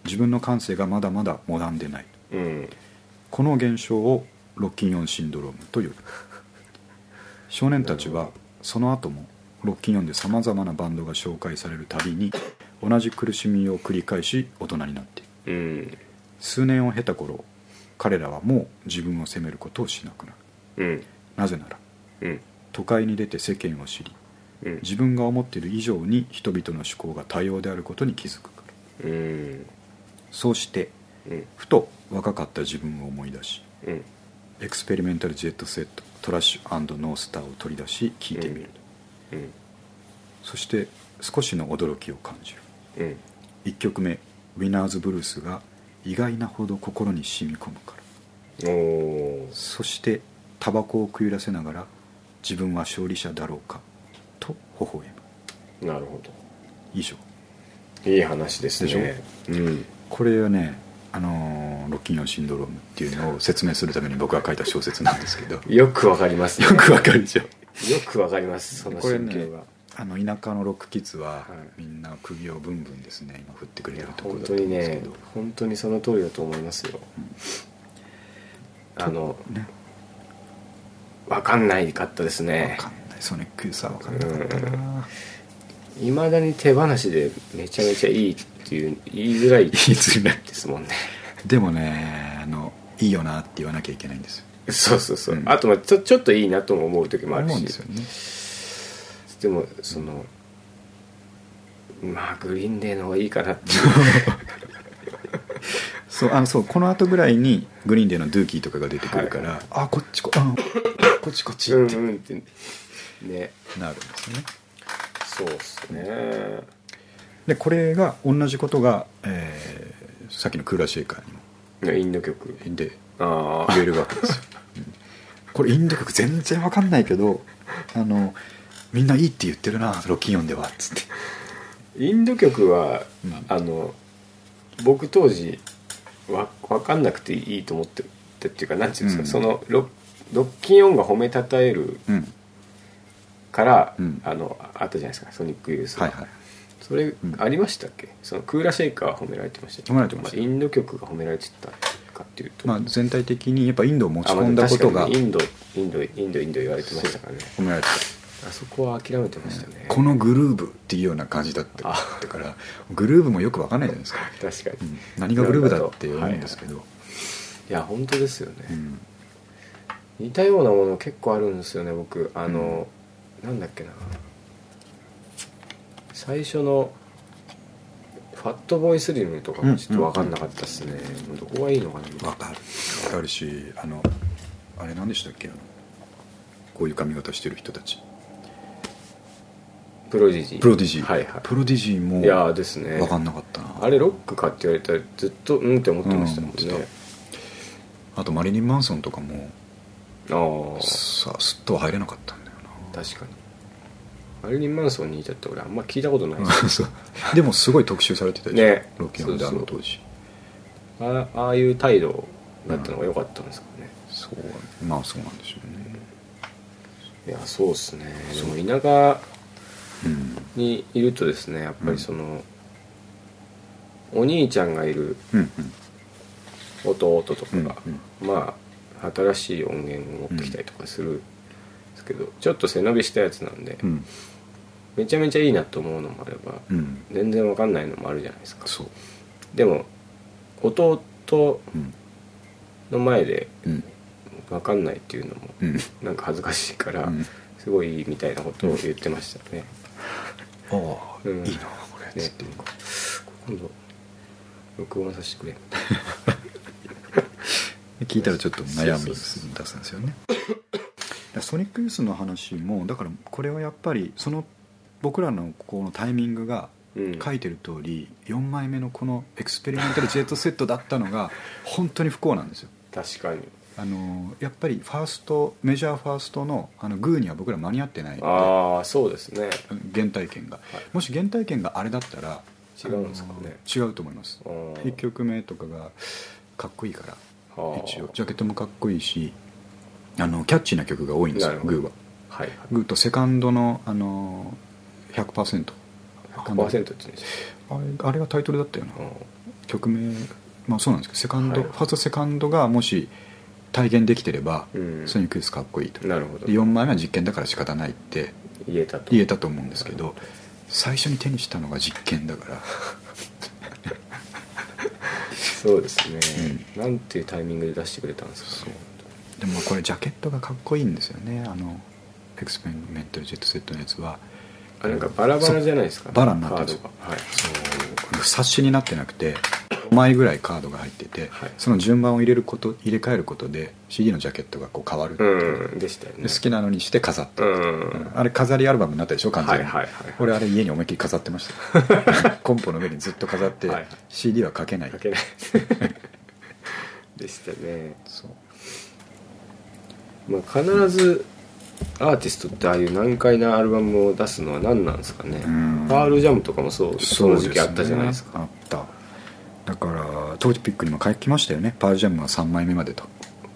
S1: 自分の感性がまだまだモダンでない
S2: うん
S1: この現象をロッキン4シンドロームと呼ぶ少年たちはその後もロッキン4でさまざまなバンドが紹介されるたびに同じ苦しみを繰り返し大人になっている
S2: うん
S1: 数年を経た頃彼らはもう自分を責めることをしなくなる
S2: うん
S1: なぜなら
S2: うん
S1: 都会に出て世間を知り
S2: うん
S1: 自分が思っている以上に人々の思考が多様であることに気づくから
S2: うん
S1: そうして
S2: うん
S1: ふと若かった自分を思い出し
S2: うん
S1: エクスペリメンタルジェットセットトラッシュノースターを取り出し聴いてみる、
S2: うん
S1: そして少しの驚きを感じる
S2: うん
S1: 1曲目「ウィナーズ・ブルース」が意外なほど心に染み込むから
S2: おお
S1: そしてタバコを食いらせながら「自分は勝利者だろうか」と微笑む
S2: なるほ
S1: 以上
S2: どいい話ですねうん
S1: これはねあのーロッキンオンシンドロームっていうのを説明するために僕が書いた小説なんですけ どよ
S2: よくわかりますね
S1: くわかるでしょ
S2: よくわかりますその
S1: これ
S2: 神
S1: ね
S2: 経が
S1: あの田舎のロックキッズは、
S2: はい
S1: みんな釘をブンブンですね今振ってくれ
S2: い
S1: て
S2: や
S1: るところ
S2: 本
S1: だ
S2: 当
S1: と思う
S2: に
S1: んですけ
S2: ね
S1: ど
S2: 本当にその通りだと思いますよあの
S1: ね
S2: わかんないかったです
S1: 分
S2: ね
S1: かんないソニックユースは分かんなかったな
S2: いまだに手放しでめちゃめちゃいいっていう言いづらいで
S1: 言いづらい
S2: すもんね
S1: でもねあのいいよなって言わなきゃいけないんですよ
S2: そうそうそう、
S1: うん
S2: あとまあちょちょっといいなとも思う時もある
S1: 思う
S2: し
S1: んですよね
S2: でもそのまあグリーンデーの方がいいかなっていう
S1: そうあのそうこの後ぐらいにグリーンデーの「ドゥーキー」とかが出てくるから、
S2: はい
S1: あこっちこ,、うん、こっちこっちって
S2: うんうんってね
S1: なるんですね
S2: そうっすね
S1: でこれが同じことが、えーさっきの「クーラーシェイカー」にも
S2: インド曲
S1: で
S2: ああ
S1: 言えるわけ ですよ、うんこれインド曲全然わかんないけどあのみんないいって言ってるなロッキンオンではっつって
S2: インド曲は、
S1: うん
S2: あの僕当時わ分かんなくていいと思ってたっていうか何ていうんですか、
S1: うん
S2: そのロロッキンオンが褒めたたえる
S1: うん
S2: から、
S1: うん
S2: あのあったじゃないですかソニックユースが、
S1: はいはい
S2: それ、
S1: ん
S2: ありましたっけそのクーラーシェイカーは褒められてました
S1: 褒められてました
S2: あインド曲が褒められてたかっていうと、
S1: まあ、全体的にやっぱインドを持ち
S2: あまあ
S1: 込んだことが
S2: 確かにインドインドインドインド言われてましたからね
S1: 褒められてた
S2: あそこは諦めてましたね、
S1: このグルーブっていうような感じだった
S2: あ
S1: からグルーブもよくわかんないじゃないですか、
S2: 確かに、
S1: う
S2: い
S1: ん何がグルーブだって思うんですけど、
S2: や本当ですよね、
S1: うん
S2: 似たようなもの結構あるんですよね僕あの、なんだっけな最初の「ファットボーイスリム」とかもちょっと分かんなかったですね、どこがいいのか
S1: わ
S2: な
S1: かるわかるしあのあれ何でしたっけあのこういう髪型してる人たち
S2: プロディジー
S1: プロディジー、
S2: はいは
S1: プロディジー
S2: いいや
S1: も
S2: ーですね
S1: わかんなかったな
S2: あれロックかって言われたらずっとうんって思ってましたもんね
S1: うん思って、あとマリリン・マンソンとかも
S2: ああ
S1: さすっとは入れなかったんだよ
S2: 確かにマリリン・マンソンにいたって俺あんま聞いたことないで
S1: な
S2: す
S1: そうでもすごい特集されてたじゃん、
S2: ね
S1: ロッキンオンであの
S2: そ
S1: 当時
S2: あああいう態度だったのが良かったんですかね、
S1: そうまあそうなんでしょうね
S2: いやそうですねでも田舎
S1: うん
S2: にいるとですねやっぱりその、お兄ちゃんがいる
S1: うんうん
S2: 弟とかが、
S1: うん
S2: まあ新しい音源を持ってきたりとかするんですけど、ちょっと背伸びしたやつなんで、
S1: うん
S2: めちゃめちゃいいなと思うのもあれば、
S1: うん
S2: 全然わかんないのもあるじゃないですか
S1: そう
S2: でも弟
S1: うん
S2: の前で
S1: うん
S2: わかんないっていうのも
S1: うん
S2: なんか恥ずかしいから、
S1: うん
S2: すごいいいみたいなことを言ってましたね、
S1: ああ、
S2: うん
S1: いいなこれ
S2: ね今度録音させてくれ
S1: 聞いたらちょっと悩みを出すんですよねだからソニックユースの話もだからこれはやっぱりその僕らのこのタイミングが
S2: うん
S1: 書いてる通り4枚目のこのエクスペリメンタルジェットセットだったのが本当に不幸なんですよ
S2: 確かに
S1: あのやっぱりファーストメジャーファーストのあのグーには僕ら間に合ってないの
S2: ああそうですね
S1: で原体験が、
S2: はい
S1: もし原体験があれだったら
S2: 違うんですかね
S1: あの違うと思います1
S2: 一
S1: 曲目とかがかっこいいから
S2: 応
S1: 一応ジャケットもかっこいいしあのキャッチーな曲が多いんです
S2: な
S1: よ
S2: るほど
S1: グーは
S2: はい
S1: グーとセカンドのあの100%あの
S2: 100%って言うんです
S1: あれあれがタイトルだったよな
S2: よ
S1: 曲名まあそうなんですけどセカンド、
S2: はい
S1: ファーストセカンドがもし体現できてれば、
S2: うん
S1: ソニックユースかっこいいと
S2: なるほど
S1: 4枚目は実験だから仕方ないって
S2: 言えたと
S1: 言えたと思うんですけど最初に手にしたのが実験だから
S2: そうですね、なんていうタイミングで出してくれたんですかね
S1: でもこれジャケットがかっこいいんですよねあのエクスペリメンタルジェットセットのやつは
S2: あなんかバラバラじゃないですか、
S1: そうバラになって
S2: カ
S1: る
S2: ー
S1: んです
S2: ド
S1: よ
S2: がはい
S1: そう冊子になってなくて5枚ぐらいカードが入ってて、
S2: はい
S1: その順番を入れること入れ替えることで CD のジャケットがこう変わるっていう、
S2: うんでしたよね
S1: で好きなのにして飾ってる
S2: うん
S1: あれ飾りアルバムになったでしょ完全に、
S2: はいはいはい
S1: 俺あれ家に思いっきり飾ってました コンポの上にずっと飾って
S2: はいはい
S1: CD は書けない
S2: 書けないでしたね
S1: そう
S2: まあ必ずアーティストってああいう難解なアルバムを出すのは何なんですかね
S1: ん
S2: パールジャムとかもそうその時期あったじゃないですか
S1: か、あっただから当時ピックにも書きましたよねパールジャムは3枚目までと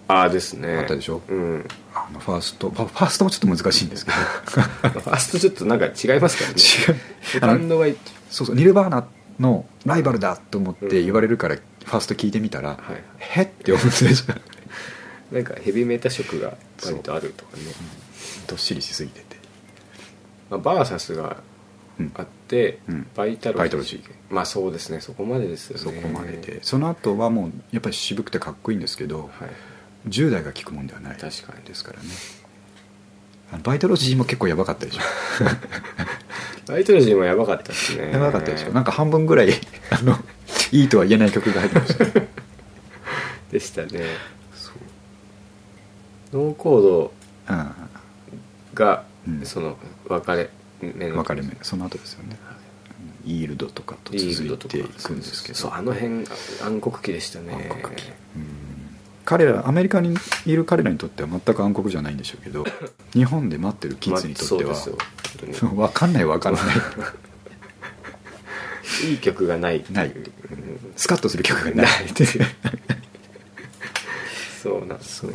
S2: ああですね
S1: あったでしょ
S2: うん
S1: あのファーストファファーストもちょっと難しいんですけ ど
S2: ファーストちょっとなんか違いますからね
S1: 違う
S2: セ
S1: あ
S2: カン
S1: の
S2: ドがい
S1: そうそうニルバーナのライバルだと思って言われるから、ファースト聞いてみたら、
S2: はい
S1: へって思ってでしょ
S2: なんかヘビメタ色が割とあるとかね、
S1: どっしりしすぎてて
S2: まあ、バーサスが
S1: うん
S2: あって、
S1: うん
S2: バイタロ
S1: バイタロジー
S2: まあそうですね そこまでですよね
S1: そこまでで、その後はもうやっぱり渋くてかっこいいんですけど、
S2: はい、
S1: 10代が聞くもんではない
S2: 確かに
S1: ですからねあのバイトロジーも結構やばかったでしょ
S2: バイタロジーもやばかったですね
S1: やばかったでしょなんか半分ぐ らいあのいいとは言えない曲が入ってました、ね、
S2: でしたね
S1: そう
S2: ノーコード
S1: あ
S2: が、
S1: うん
S2: その分かれ目
S1: あ
S2: の
S1: 分かれ目その後ですよね
S2: は
S1: イールドとかと
S2: い
S1: 続
S2: イールド
S1: い
S2: とか
S1: ていくんですけど
S2: そうあの辺暗黒期でしたね
S1: 暗黒期彼らアメリカにいる彼らにとっては全く暗黒じゃないんでしょうけ ど日本で待ってるキッズにとっては
S2: まあ、そうですよ本
S1: 分かんない分かんない
S2: 当にいい曲がないってう
S1: ない
S2: うん
S1: スカッとする曲がない
S2: ないっていうそうなんですね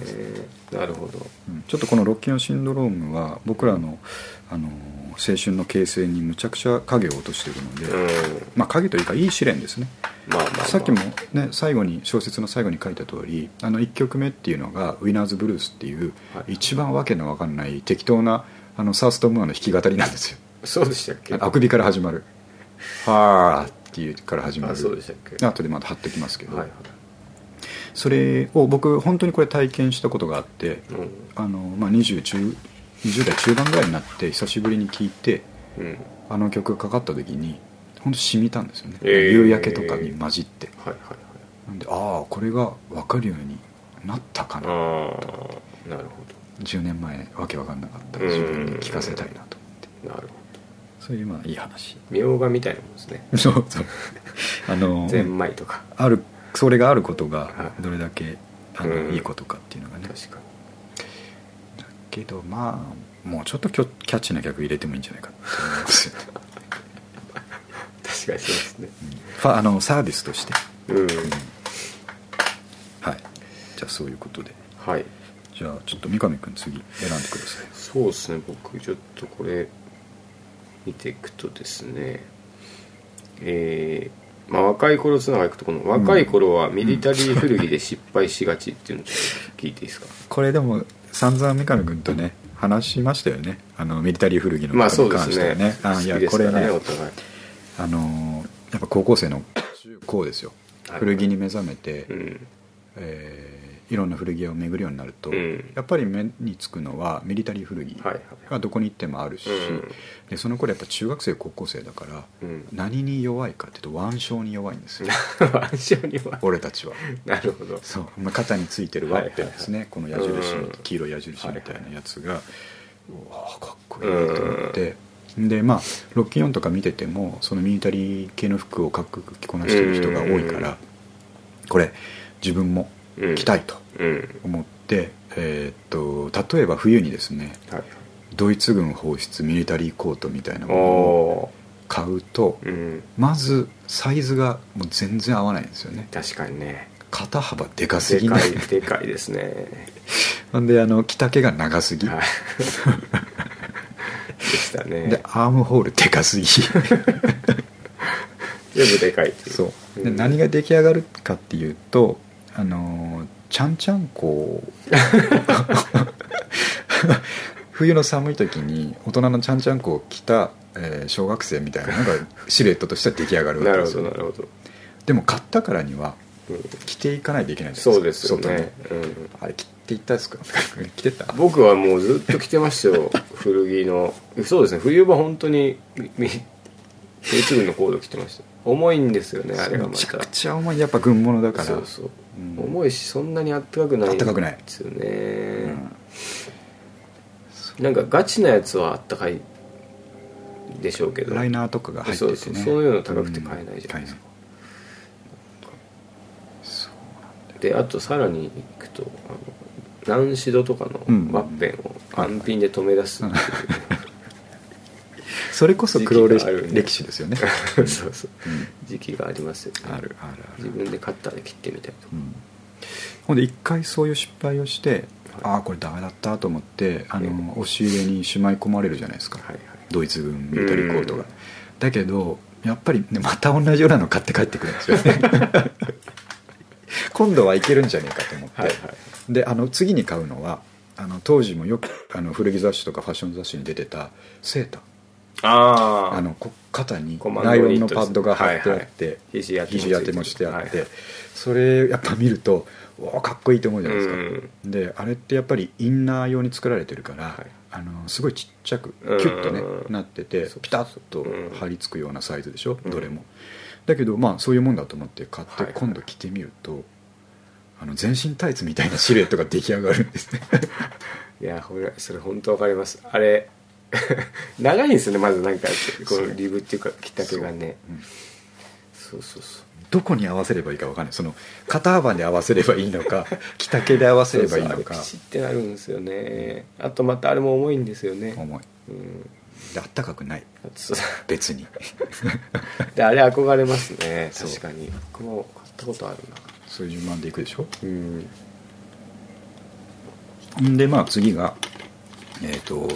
S2: なるほど
S1: うん ちょっとこの「ロッキンのシンドローム」は僕らの、あの青春の形成にむちゃくちゃ影を落としてるので、
S2: うん
S1: まあ影というかいい試練ですね
S2: まあまあ、まあ、
S1: さっきもね最後に小説の最後に書いた通りあの1曲目っていうのが「ウィナーズ・ブルース」っていう、
S2: はい
S1: 一番わけのわかんない適当なあのサースト・ムーアの弾き語りなんですよ
S2: そうでしたっけ
S1: あくびから始まる「はあ」っていうから始まる
S2: あそうでしたっけ
S1: 後でまた貼っときますけど、
S2: はいはい
S1: それを僕本当にこれ体験したことがあって、
S2: うん
S1: あのまあ、20, 中20代中盤ぐらいになって久しぶりに聴いて
S2: うん
S1: あの曲がかかった時に本当染みたんですよね、
S2: えー
S1: 夕焼けとかに混じって
S2: はいはいはい
S1: なんでああこれが分かるようになったかな
S2: ああなるほ
S1: 10年前わけ分かんなかった自分に聞かせたいなと思って
S2: どなるほど
S1: そういうまあいい話
S2: みょうがみたいなもんですね
S1: そうそうあの
S2: ゼンマイとか
S1: あるそれがあること
S2: は
S1: が
S2: い
S1: どれだけあの、
S2: うん
S1: いいことかっていうのがね
S2: 確か
S1: だけどまあもうちょっときょキャッチーな曲入れてもいいんじゃないかって思います よ
S2: に確かにそうですね
S1: ファあのサービスとして
S2: うん
S1: はいじゃあそういうことで
S2: はい
S1: じゃあちょっと三上君次選んでください
S2: そうですね僕ちょっとこれ見ていくとですねえーまあ、若い頃つながりいくとこの若い頃はミリタリー古着で失敗しがちっていうのをちょっと聞いていいですか、
S1: これでも散々三上君とね話しましたよねあのミリタリー古着の
S2: まあ
S1: こと
S2: そう
S1: に
S2: で
S1: 関し
S2: す
S1: て
S2: ね
S1: はね,、あい
S2: 好き
S1: や
S2: で
S1: こ
S2: すか
S1: れ
S2: らね
S1: ね
S2: お互い
S1: あのーやっぱ高校生の中高ですよ
S2: はい
S1: 古着に目覚めて、
S2: うん
S1: えーいろんな古着屋を巡るようになると、
S2: うん
S1: やっぱり目につくのはミリタリー古着
S2: はいはい
S1: がどこに行ってもあるし、
S2: うん
S1: でその頃やっぱ中学生高校生だから
S2: うん
S1: 何に弱いかっていうと腕章に弱いんですよ
S2: 暗証には
S1: 俺たちは
S2: なるほど
S1: そう、まあ、肩についてるワッペンですね、この矢印み
S2: うん
S1: 黄色い矢印みたいなやつが、うわーかっこいいなと思って、でまあロッキンオンとか見ててもそのミリタリー系の服をかっこよく着こなしてる人が多いから、
S2: うん
S1: これ自分も
S2: うん
S1: 着たいと
S2: うん
S1: 思って、えーっと例えば冬にですね
S2: はい
S1: ドイツ軍放出ミリタリーコートみたいなも
S2: お
S1: のを
S2: お
S1: 買うと
S2: ーうん
S1: まずサイズがもう全然合わないんですよね
S2: 確かにね
S1: 肩幅でかす
S2: で
S1: ぎな
S2: か
S1: い
S2: いでかいですね
S1: ほんであの着丈が長すぎ、
S2: はいでした
S1: で
S2: ね
S1: アームホールでかすぎ
S2: 全部でかいっていう
S1: そうで
S2: ん
S1: 何が出来上がるかっていうとあのーちゃんちゃん こ冬の寒い時に大人のちゃんちゃんこを着た、えー小学生みたいなのがシルエットとして出来上がるわ
S2: な
S1: け
S2: る
S1: で
S2: ほ
S1: す
S2: どな
S1: よ
S2: るほど、
S1: でも買ったからには
S2: うん
S1: 着ていかないといけないじゃな
S2: そう
S1: い
S2: ですよ
S1: か
S2: ね、うん、
S1: 外にあれ着ていったですか 着てた
S2: 僕はもうずっと着てましたよ 古着のそうですね冬場本当にみみ手つぐのコード着てました重いんですよねあれがま
S1: めちゃく
S2: た
S1: ちゃ重いやっぱ軍物だから
S2: そうそう、
S1: うん
S2: 重いしそんなにあったかくない
S1: あったかくない
S2: ですよ
S1: う
S2: ね、
S1: ん
S2: なんかガチなやつはあったかいでしょうけど
S1: ライナーとかが入ってて
S2: そ
S1: ね
S2: うそうそういうの高くて買えないじゃないですか、であとさらにいくとあの南シドとかの
S1: うん
S2: ワッペンを安品で止め出すっていう
S1: うんそれこそ黒
S2: 時期があるん
S1: 歴
S2: で
S1: 歴史ですよね
S2: そうそう
S1: うん
S2: 時期がありますよね
S1: あるあるあ
S2: 自
S1: る、
S2: 分でカッターで切ってみたりと
S1: う
S2: か、
S1: ん、ほんで一回そういう失敗をして、ああこれダメだったと思ってあの、
S2: うん
S1: 押し入れにしまい込まれるじゃないですか、
S2: はいはい
S1: ドイツ軍ミリタリーコートが、
S2: うん
S1: だけどやっぱり、ね、また同じようなの買って帰ってくるんですよね今度はいけるんじゃねえかと思って、
S2: はいはい
S1: であの次に買うのはあの当時もよくあの古着雑誌とかファッション雑誌に出てたセーター
S2: あ
S1: あのこ肩に
S2: コマンド
S1: ナイロン
S2: ニッ
S1: の
S2: トです
S1: パッドが貼ってあって、
S2: はいはい肘当てもついてる
S1: 肘当てもしてあって、
S2: はい
S1: それやっぱ見るとおおかっこいいと思うじゃないですか、
S2: うん
S1: であれってやっぱりインナー用に作られてるから、
S2: はい
S1: あのすごいちっちゃくキ
S2: う
S1: ュ
S2: ん
S1: ッとね、なってて
S2: そう
S1: ピタッと
S2: うん
S1: 貼り付くようなサイズでしょ、
S2: うん
S1: どれもだけどまあそういうもんだと思って買って
S2: はい
S1: 今度着てみると、あの全身タイツみたいなシルエットが出来上がるんですね
S2: いやほらそれ本当わかりますあれ 長いんですよねまずなんかこのリブっていうかきっかけがねそうそうそう
S1: どこに合わせればいいか分かんないその肩幅で合わせればいいの か着丈で合わせればいい
S2: そう
S1: の
S2: そうあ
S1: か
S2: れピシッてなるんですよねあとまたあれも重いんですよね
S1: 重い
S2: うん
S1: であったかくない
S2: あとそう
S1: 別に
S2: であれ憧れますね
S1: そう
S2: 確かに僕も買ったことあるな
S1: そういう順番でいくでしょ
S2: うん
S1: んでまあ次がえっ、と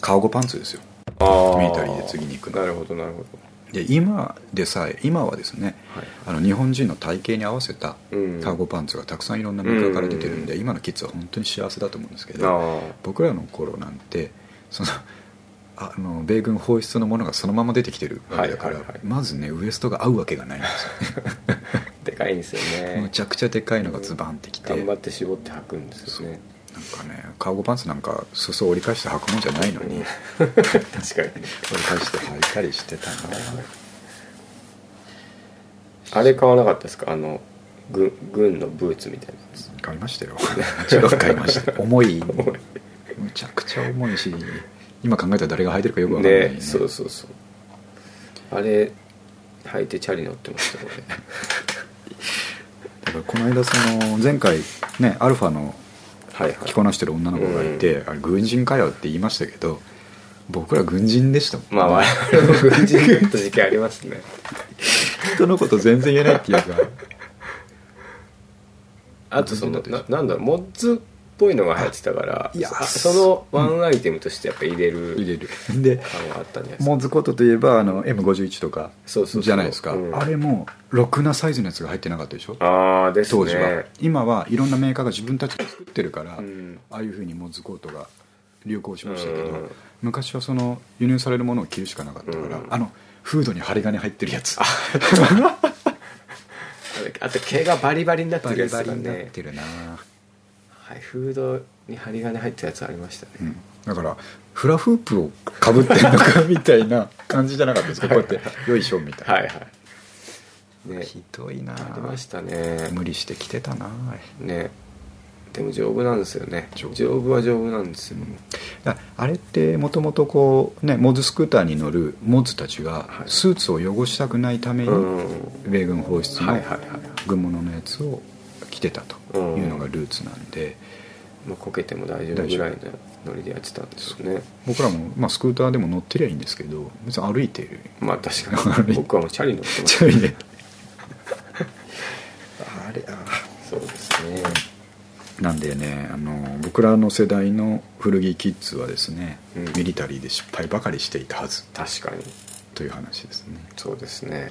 S1: カーゴパンツですよ
S2: あ
S1: ミリタリーで次に行くの
S2: なるほどなるほど
S1: で今でさえ今はですね
S2: はい
S1: あの日本人の体型に合わせたカ
S2: うん
S1: ーゴパンツがたくさんいろんなメーカーから出てるんで、
S2: う
S1: 今のキッズは本当に幸せだと思うんですけど
S2: あ
S1: 僕らの頃なんてそのあの米軍放出のものがそのまま出てきてるわけだから、
S2: はいはいはい
S1: まずねウエストが合うわけがないんですよね
S2: あでかいんですよ
S1: む
S2: ね
S1: ちゃくちゃでかいのがズバンってきて、
S2: 頑張って絞って履くんですよね
S1: なんかねカーゴパンツなんか裾を折り返して履くもんじゃないのに、
S2: うん
S1: 折
S2: 確かに
S1: り返して履いたりしてたな
S2: あれ買わなかったですかあの軍軍のブーツみたいなやつ
S1: 買いましたよちょっと買いま した重いむちゃくちゃ重いし今考えたら誰が履いてるかよくわかんないね
S2: ねそうそうそうあれ履いてチャリ乗ってましたこ
S1: だからこの間その前回ねアルファの
S2: れはいは
S1: 着
S2: い
S1: こなしてる女の子がいて、あれ軍人かよって言いましたけど僕ら軍人でしたもん、
S2: まあ 我々も軍人だった時期ありますね
S1: 人のこと全然言えないっていうか
S2: あとそのななんだろうモッズぽいのが流行ってたから
S1: いや
S2: そそのワンアイテムとしてやっぱ入れ
S1: 入れ
S2: る
S1: るで
S2: 感はあったんじゃないですか
S1: モンズコートといえばあの M51 とか
S2: そうそうそう
S1: じゃないですか
S2: うん
S1: あれもろくなサイズのやつが入ってなかったでしょ
S2: ああですね
S1: 当時は今はいろんなメーカーが自分たちで作ってるから
S2: うん
S1: ああいうふうにモンズコートが流行しましたけど
S2: うん
S1: 昔はその輸入されるものを着るしかなかったから
S2: うん
S1: あのフードに針金入ってるやつ
S2: あと毛がバリバリになって
S1: バ
S2: る
S1: リ
S2: やつ
S1: バ
S2: と
S1: リ
S2: か
S1: になっ
S2: ね
S1: てるな
S2: はいフードに針金入ったやつありましたね、
S1: うんだからフラフープをかぶってんのか みたいな感じじゃなかったですかこうやって「よいしょ」みたいな、
S2: はいはいね
S1: ひどいな
S2: ありましたね
S1: 無理して着てたな
S2: ねでも丈夫なんですよね
S1: 丈夫
S2: 丈夫は丈夫なんですよ、
S1: だあれってもともとこうねモズスクーターに乗るモズたちが
S2: はい
S1: スーツを汚したくないために
S2: うん
S1: 米軍放出
S2: はいはい
S1: の
S2: はい、
S1: 軍物のやつを着てたというのがルーツなんで
S2: まあ、こけても大丈夫ぐらいのノリでやってたんですよね
S1: 僕らもまあスクーターでも乗ってりゃいいんですけど別に歩いている
S2: まあ確かに僕はもうチャリ乗ってま
S1: ち
S2: す
S1: ょい ねあれあ
S2: そうですね
S1: なんでねあの僕らの世代の古着キッズはですね、
S2: うん
S1: ミリタリーで失敗ばかりしていたはず
S2: 確かに
S1: という話ですね
S2: そうですね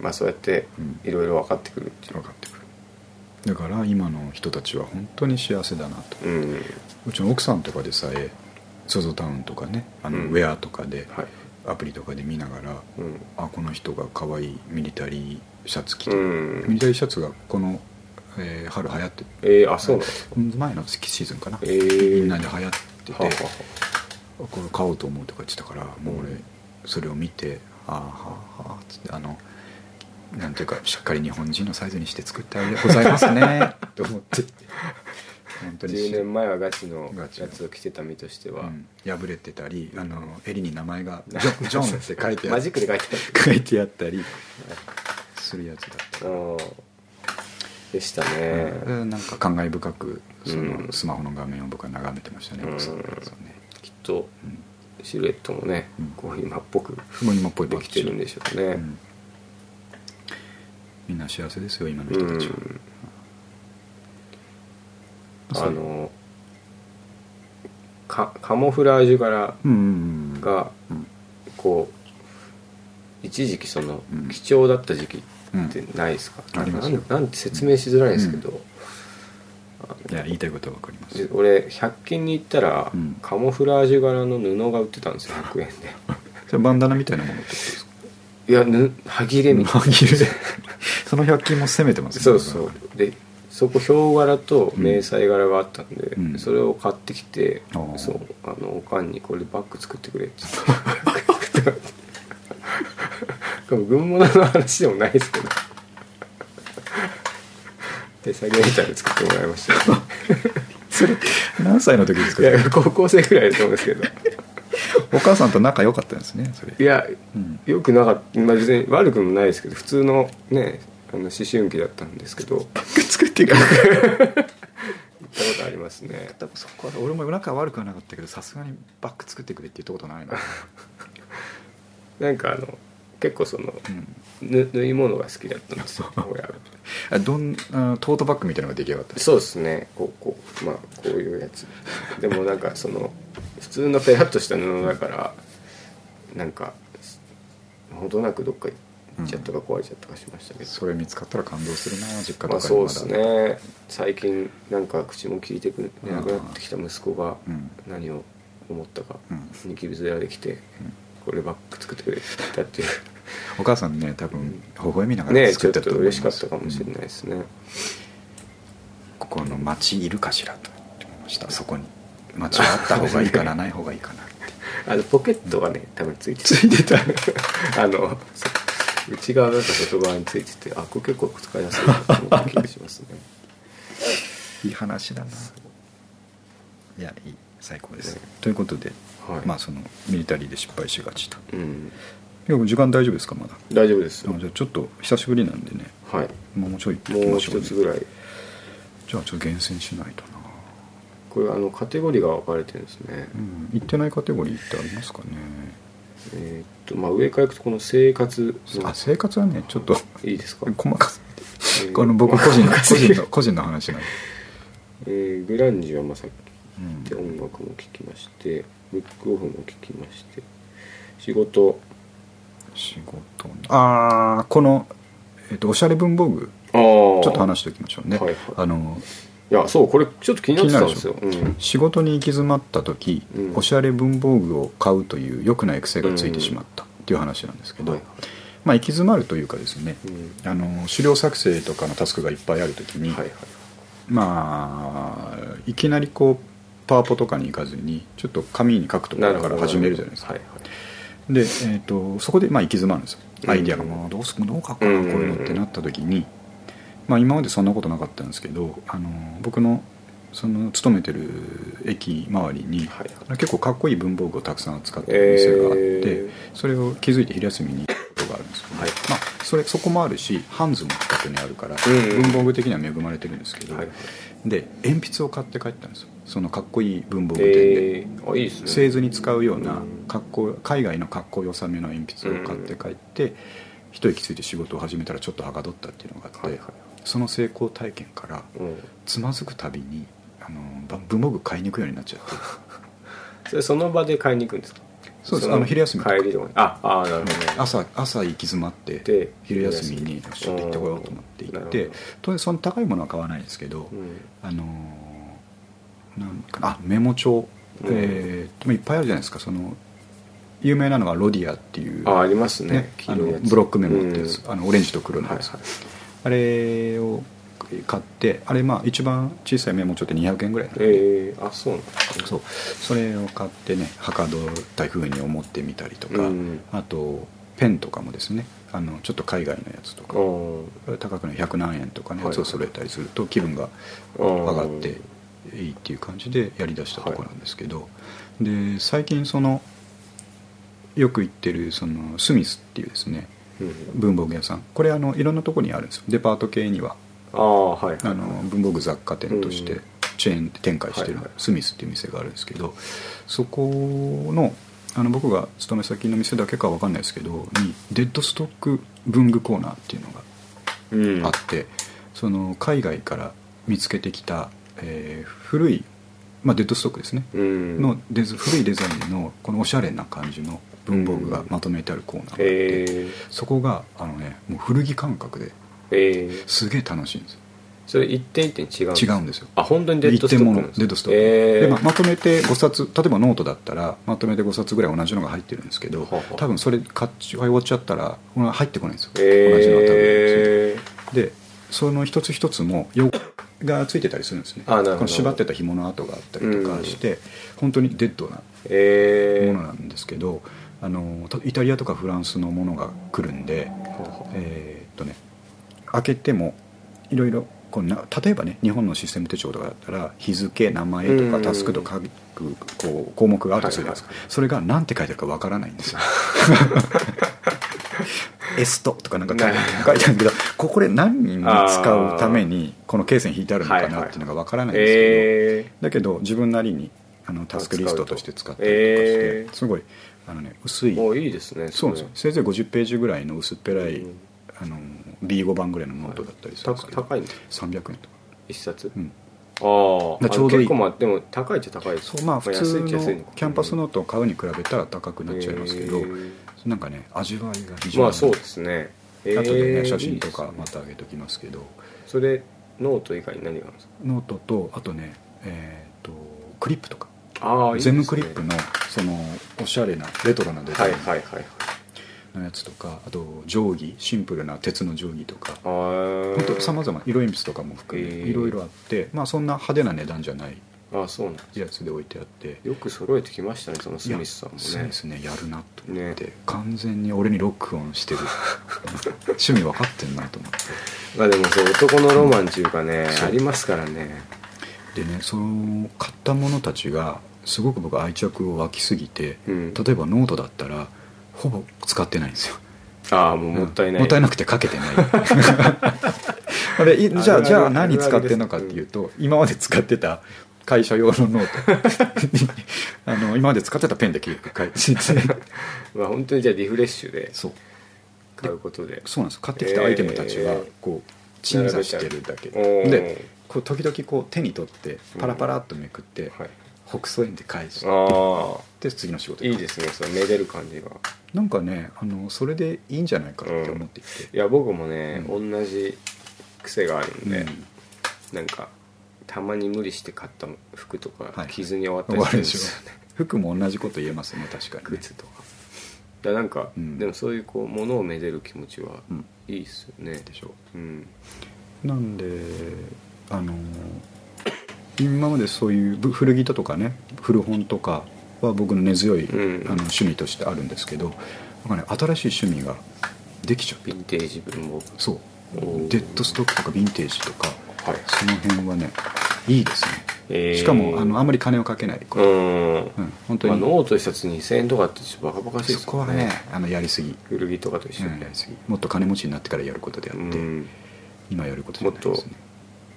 S2: まあそうやって
S1: うん
S2: いろいろ分かってくるってい
S1: 分かってくるだから今の人たちは本当に幸せだなと
S2: ううん
S1: うちの奥さんとかでさえ ZOZO タウンとかねあの
S2: うん
S1: ウェアとかで、
S2: はい
S1: アプリとかで見ながら
S2: うん
S1: あこの人が可愛いミリタリーシャツ着て、
S2: うん
S1: ミリタリーシャツがこの、えー春流行って
S2: えー、あそうなんですか
S1: 前の月シーズンかな、
S2: えー、
S1: みんなで流行ってて、
S2: はあはあは
S1: これ買おうと思うとか言ってたからもう俺それを見て「ああはあはあ」つってあのなんていうかしっかり日本人のサイズにして作ってあげてございます ねと思って本
S2: あ
S1: 当に
S2: 10年前はガチの
S1: ガ
S2: や
S1: チの
S2: つを着てた身として
S1: う
S2: は、
S1: ん破れてたりあの襟に名前 が「ジョンジョン」って書いてあ
S2: マジックで書いて
S1: 書いてあったりするやつだった
S2: あるうんでしたね、
S1: うんなんか感慨深くそ
S2: うん
S1: のスマホの画面を僕は眺めてましたね
S2: うん
S1: 奥さんのやつをね
S2: きっと
S1: うん
S2: シルエットもね、
S1: うん
S2: こう今っぽく
S1: もう今っぽい
S2: できてるんでしょうね、
S1: うんみんな幸せですよ今の
S2: う
S1: 人たちは、
S2: ん、
S1: そう
S2: あのカカモフラージュ柄
S1: うんうんうん
S2: が
S1: うん
S2: こう一時期その
S1: うん
S2: 貴重だった時期
S1: うん
S2: ってないですか、
S1: ありますよ
S2: なんなんて説明しづらいですけど、
S1: いや言いたいことは分かりま
S2: です俺100均に行ったら、
S1: うん
S2: カモフラージュ柄の布が売ってたんですよ100円で
S1: それバンダナみたいなものってことですか
S2: いやぬ歯切れみたいな
S1: 紛れその100均も攻めてますね
S2: そうそうでそこヒョウ柄と
S1: うん
S2: 迷彩柄があったんで、
S1: うん
S2: それを買ってきて、
S1: あー
S2: そうあのおかんにこれバッグ作ってくれって言ってでも軍物の話でもないですけど手作業みたいに作ってもらいました
S1: それ何歳の時ですか
S2: いや高校生くらいだと思うんですけど
S1: お母さんと仲良かったんですねそれ
S2: いや
S1: うん
S2: よくなかった、まあ、別に悪くもないですけど普通のねあの思春期だったんですけど行っ
S1: 作ってくれ
S2: たことありますね
S1: たそこは俺も仲悪くはなかったけどさすがにバッグ作ってくれって言ったことないな、
S2: なんかあの結構その
S1: うん
S2: ぬ縫い物が好きだったん ですよ親が
S1: あどんあトートバッグみたいなのが出来上がった
S2: そうですねこうこうまあこういうやつでもなんかその普通のペラッとした布だからなんか程なくどっか行っちゃったか壊れちゃったかしましたけど、
S1: それ見つかったら感動するな実家とかに
S2: まあそうですね最近なんか口も聞いてくれなくなってきた息子が
S1: うん
S2: 何を思ったか
S1: うん
S2: ニキビズラできてこれバッグ作ってくれたっていう
S1: お母さんね多分微笑みながら
S2: ねち
S1: 作
S2: ょ
S1: っ
S2: ってと
S1: たと思いま
S2: 嬉し
S1: す
S2: かったかもしれないですね、
S1: ここの町いるかしらと思いましたそこに町はあった方がいいかなない方がいいかなって
S2: あのポケットがね多分ついて
S1: ついてた
S2: た あのそう内側だと外側についててあこれ結構使いやすいなと思った気がしますね
S1: いい話だないやいい最高です、ということで、
S2: はい
S1: まあそのミリタリーで失敗しがちと
S2: うん
S1: いや時間大丈夫ですかまだ
S2: 大丈夫ですよ
S1: あじゃあちょっと久しぶりなんでね
S2: はい
S1: もうちょい行き
S2: もう
S1: ましょ
S2: 一
S1: う、ね、
S2: つぐらい
S1: じゃあちょっと厳選しないとな
S2: これあのカテゴリーが分かれてるんですね、
S1: うん行ってないカテゴリーってありますかね
S2: えーっとまあ上からいくとこの生活の
S1: あ生活はねちょっと
S2: いいですか
S1: 細かす
S2: え ー
S1: この僕個人の
S2: まあ
S1: 個人の個人の話なんで
S2: えーグランジはまあさっ
S1: う
S2: き
S1: ん
S2: 音楽も聴きましてブックオフも聴きまして仕事
S1: 仕事ああこの、えっとおしゃれ文房具
S2: ああちょ
S1: ちょっと話しておきましょうね、
S2: はいはい
S1: あの
S2: いやそうこれちょっと気になってたんですよ、うん、
S1: 仕事に行き詰まった時、
S2: うん
S1: おしゃれ文房具を買うという良くない癖がついてしまったっていう話なんですけど、
S2: はい
S1: まあ行き詰まるというかですね、
S2: うん
S1: あの資料作成とかのタスクがいっぱいある時に、
S2: はいはい
S1: まあいきなりこうパワポとかに行かずにちょっと紙に書くとこ
S2: な
S1: ろ
S2: る
S1: か
S2: ほど
S1: ら始めるじゃないですか
S2: はいは
S1: で、えー、とそこでまあ行き詰まるんですよ
S2: うん
S1: アイディアがもうどうすどう書こうかな
S2: うん
S1: こういうのってなった時に、まあ、今までそんなことなかったんですけどあの僕のその勤めてる駅周りに、
S2: はい
S1: 結構かっこいい文房具をたくさん扱って
S2: え
S1: る店
S2: ー
S1: があって、それを気づいて昼休みに行くことがあるんですけど、
S2: はい
S1: まあ、それそこもあるしハンズも近くにあるから、
S2: うん
S1: 文房具的には恵まれてるんですけど、
S2: はいはい
S1: で鉛筆を買って帰ったんですよそのかっこいい文房具店で。
S2: えー、あいいですね
S1: 製図に使うよう
S2: う
S1: なん格好海外の格好良さめの鉛筆を買って帰って一息ついて仕事を始めたらちょっとはかどったっていうのがあっ
S2: はい
S1: て
S2: は
S1: その成功体験から
S2: い、うん、
S1: つまずくたびにあのば文房具買いに行くようになっちゃっ て
S2: それその場で買いに行くんですか
S1: そうです
S2: の
S1: あの昼休みと
S2: 帰
S1: か
S2: りとかにああーなるほど、
S1: 朝朝行き詰まって
S2: で
S1: 昼休みにちょっと行ってこようと思って行っ
S2: な
S1: て
S2: るほど
S1: 当然その高いものは買わないんですけど
S2: うん
S1: あのーなんかなあメモ帳
S2: うん
S1: えーでもいっぱいあるじゃないですかその有名なのがロディアっていう
S2: あありますね
S1: ね、あ
S2: 黄
S1: の
S2: 色いやつ
S1: ブロックメモってやつ、
S2: うん
S1: あのオレンジと黒の
S2: はい
S1: や
S2: はい
S1: つ、あれを買ってあれまあ一番小さいメモ帳って200円ぐらいなの
S2: えー、あそうなんですね
S1: そうそれを買ってねはかどったふうに思ってみたりとか、
S2: うん
S1: あとペンとかもですねあのちょっと海外のやつとか高くの100何円とかのやつを揃えたりすると気分が上
S2: 上
S1: がっていいっていう感じでやりだしたところなんですけど、で最近そのよく行ってるそのスミスっていうですね
S2: うん、
S1: 文房具屋さんこれあのいろんなとこにあるんですよデパート系には
S2: ああはいはい
S1: あの文房具雑貨店とし
S2: う
S1: て
S2: ん
S1: チェーン展開してる
S2: はいはい
S1: スミスっていう店があるんですけどそこのあの僕が勤め先の店だけかわかんないですけどにデッドストック文具コーナーっていうのが
S2: うん
S1: あって、その海外から見つけてきた、えー古い、まあ、デッドストックですね、
S2: うん
S1: のデズ古いデザインのこのおしゃれな感じの文房具がまとめてあるコーナーがあって、
S2: えー、
S1: そこがあのねもう古着感覚で
S2: えー、
S1: すげえ楽しいんですよ
S2: それ一点一点違うんです
S1: 違うんですよ
S2: あ本当にデッド
S1: 一
S2: スト
S1: 点
S2: ック
S1: 物
S2: なん
S1: デ
S2: ですか
S1: ッドストック、
S2: えー、
S1: でまあまとめて5冊例えばノートだったらまとめて5冊ぐらい同じのが入ってるんですけど
S2: はは
S1: 多分それ買っち買い終わっちゃったらこれ入ってこないんですよ、同じのが多分
S2: えー、
S1: でその一つ一つも汚れがついてたりするんですね
S2: あなるほど
S1: この縛ってた紐の跡があったりとかして、本当にデッドな
S2: え
S1: ものなんですけど、あのたイタリアとかフランスのものが来るんでえーっとね開けてもいろいろこうな例えばね日本のシステム手帳とかだったら日付名前と
S2: う
S1: か
S2: ん
S1: タスクとか書くこう項目があるとするじゃないですか、
S2: はい
S1: それが何て書いてあるかわからないん ですよ。エストとかなんか書いてある
S2: なる
S1: 書いてあるんだけどここで何に使うためにこの経線引いてあるのかなっていうのがわからないんですけど、
S2: えー、
S1: だけど自分なりにあのタスクリストとして使ったりとかして、
S2: えー
S1: すごいあの、ね、薄い
S2: もういいですね
S1: そうなんですよせいぜい50ページぐらいの薄っぺらい、
S2: うん
S1: あの B5 版ぐらいのノートだったりするん
S2: た
S1: ですけど、
S2: 高いんです
S1: 300円とか、
S2: 一冊、
S1: うん
S2: ああ
S1: だちょうどいい
S2: 結構まあでも高いっちゃ高いです
S1: そうまあ普通のキャンパス
S2: に
S1: ノートを買うに比べたら高くなっちゃいますけど、なんかね味わいが非常に、
S2: まあそうですねえー
S1: 後でね写真と
S2: い
S1: か
S2: いで
S1: ます
S2: ね
S1: た上げときますけど
S2: それノート以外に何があるんです
S1: ノートとあとねえっ、とクリップとか
S2: かああ
S1: ゼムクリップのそのおしゃれなレトロなデ
S2: は
S1: ザ
S2: い
S1: イン
S2: はいはいはい
S1: のやつとか、あと定規シンプルな鉄の定規とか
S2: あー
S1: 本当さまざま色鉛筆とかも含め
S2: へー
S1: いろいろあって、まあ、そんな派手な値段じゃない
S2: ああそうなんだ
S1: やつで置いてあって
S2: よく揃えてきましたねそのスミスさんもね
S1: いやスミスねやるなと思って、
S2: ね
S1: 完全に俺にロックオンしてる趣味分かってんなと思っ
S2: まあでもそう男のロマンっていうかね、
S1: そう
S2: ありますからね
S1: てでねその買ったものたちがすごく僕愛着を湧きすぎて、
S2: うん
S1: 例えばノートだったらほぼ使ってないんですよ
S2: ああもうもったいない、
S1: もったいなくて書けてない あれいじゃ
S2: あるあ
S1: あ
S2: る
S1: じゃあ何使ってんのかっていうと、今まで使ってた会社用のノート にあの今まで使ってたペンで結 局書いて
S2: まあ本当にじゃあリフレッシュで
S1: そう
S2: 買うことで
S1: そうなんです買ってきたアイテムたちは
S2: えー
S1: こう鎮座してるだけ、
S2: 並べちゃうおー
S1: でこう時々こう手に取ってパラパラっとめくって、
S2: はい、
S1: 北総園で返して
S2: ああ
S1: で次の仕事
S2: い
S1: 行
S2: い
S1: く
S2: ですねそのめでる感じが
S1: なんかねあのそれでいいんじゃないかって思っていて、
S2: いや僕もね、
S1: う
S2: 同じ癖があるんで、
S1: うん
S2: なんかたまに無理して買った服とか、
S1: はい
S2: 傷に終わった
S1: 終
S2: り
S1: わ
S2: す
S1: る
S2: るん
S1: で
S2: で
S1: しょ
S2: すよね
S1: 服も同じこと言えますね確かに、ね
S2: 靴とかだからなんか、
S1: うん
S2: でもそういうこう物をめでる気持ちは
S1: うん、
S2: いいっすよね
S1: でしょ
S2: うん
S1: なんであの今までそういうぶ古着だとかね古本とかは僕の根強い、
S2: うん
S1: あの趣味としてあるんですけどなんか、ね、新しい趣味ができちゃ
S2: ヴ
S1: う
S2: ィンテージ文房具
S1: そう
S2: おー
S1: デッドストックとかヴィンテージとか
S2: はい
S1: その辺はねいいです
S2: え
S1: ね
S2: ー
S1: しかもあのあんまり金をかけないこ
S2: う
S1: れ、
S2: ん
S1: うん、本当
S2: まあ、
S1: に、
S2: ノート一冊2000円とかってちょっとバカバカしいです
S1: そこ
S2: よ
S1: はねあのやりすぎ、
S2: 古着とかと一緒
S1: うん
S2: に
S1: やりすぎもっと金持ちになってからやることであって、
S2: うん
S1: 今やることじゃないですね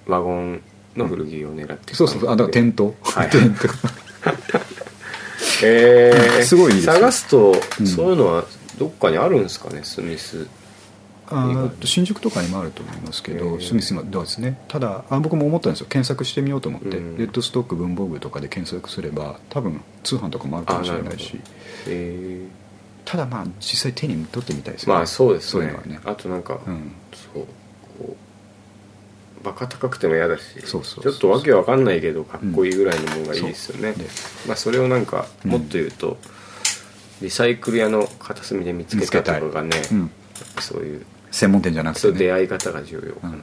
S2: ワゴンの古着を狙って
S1: そうそうあだから
S2: 店
S1: 店頭、
S2: は い
S1: 店 頭
S2: えー、
S1: すごいいいですよ
S2: 探すと、
S1: うん
S2: そういうのはどっかにあるんですかねスミス
S1: あ
S2: 意外
S1: ー
S2: に
S1: 新宿とかにもあると思いますけ
S2: へ
S1: ど
S2: ー
S1: スミスもどうですねただあ僕も思ったんですよ検索してみようと思って、
S2: うん
S1: レッドストック文房具とかで検索すれば多分通販とかもあるかもしれない
S2: あなる
S1: し
S2: え
S1: ただまあ実際手に取ってみたいです
S2: ー、まあそうです
S1: そういう
S2: ね
S1: のはね
S2: あとなんか、
S1: うん
S2: そうこうバカ高くても嫌だし
S1: そうそうそう
S2: ちょっとわけわかんないけどかっこいいぐらいのものがいいですよね、
S1: で
S2: まあ、それをなんか
S1: うん
S2: もっと言うと、リサイクル屋の片隅で見つけたとかがね、
S1: うん
S2: そういう
S1: 専門店じゃなくて
S2: そういう出
S1: ね
S2: 会い方が重要かなと、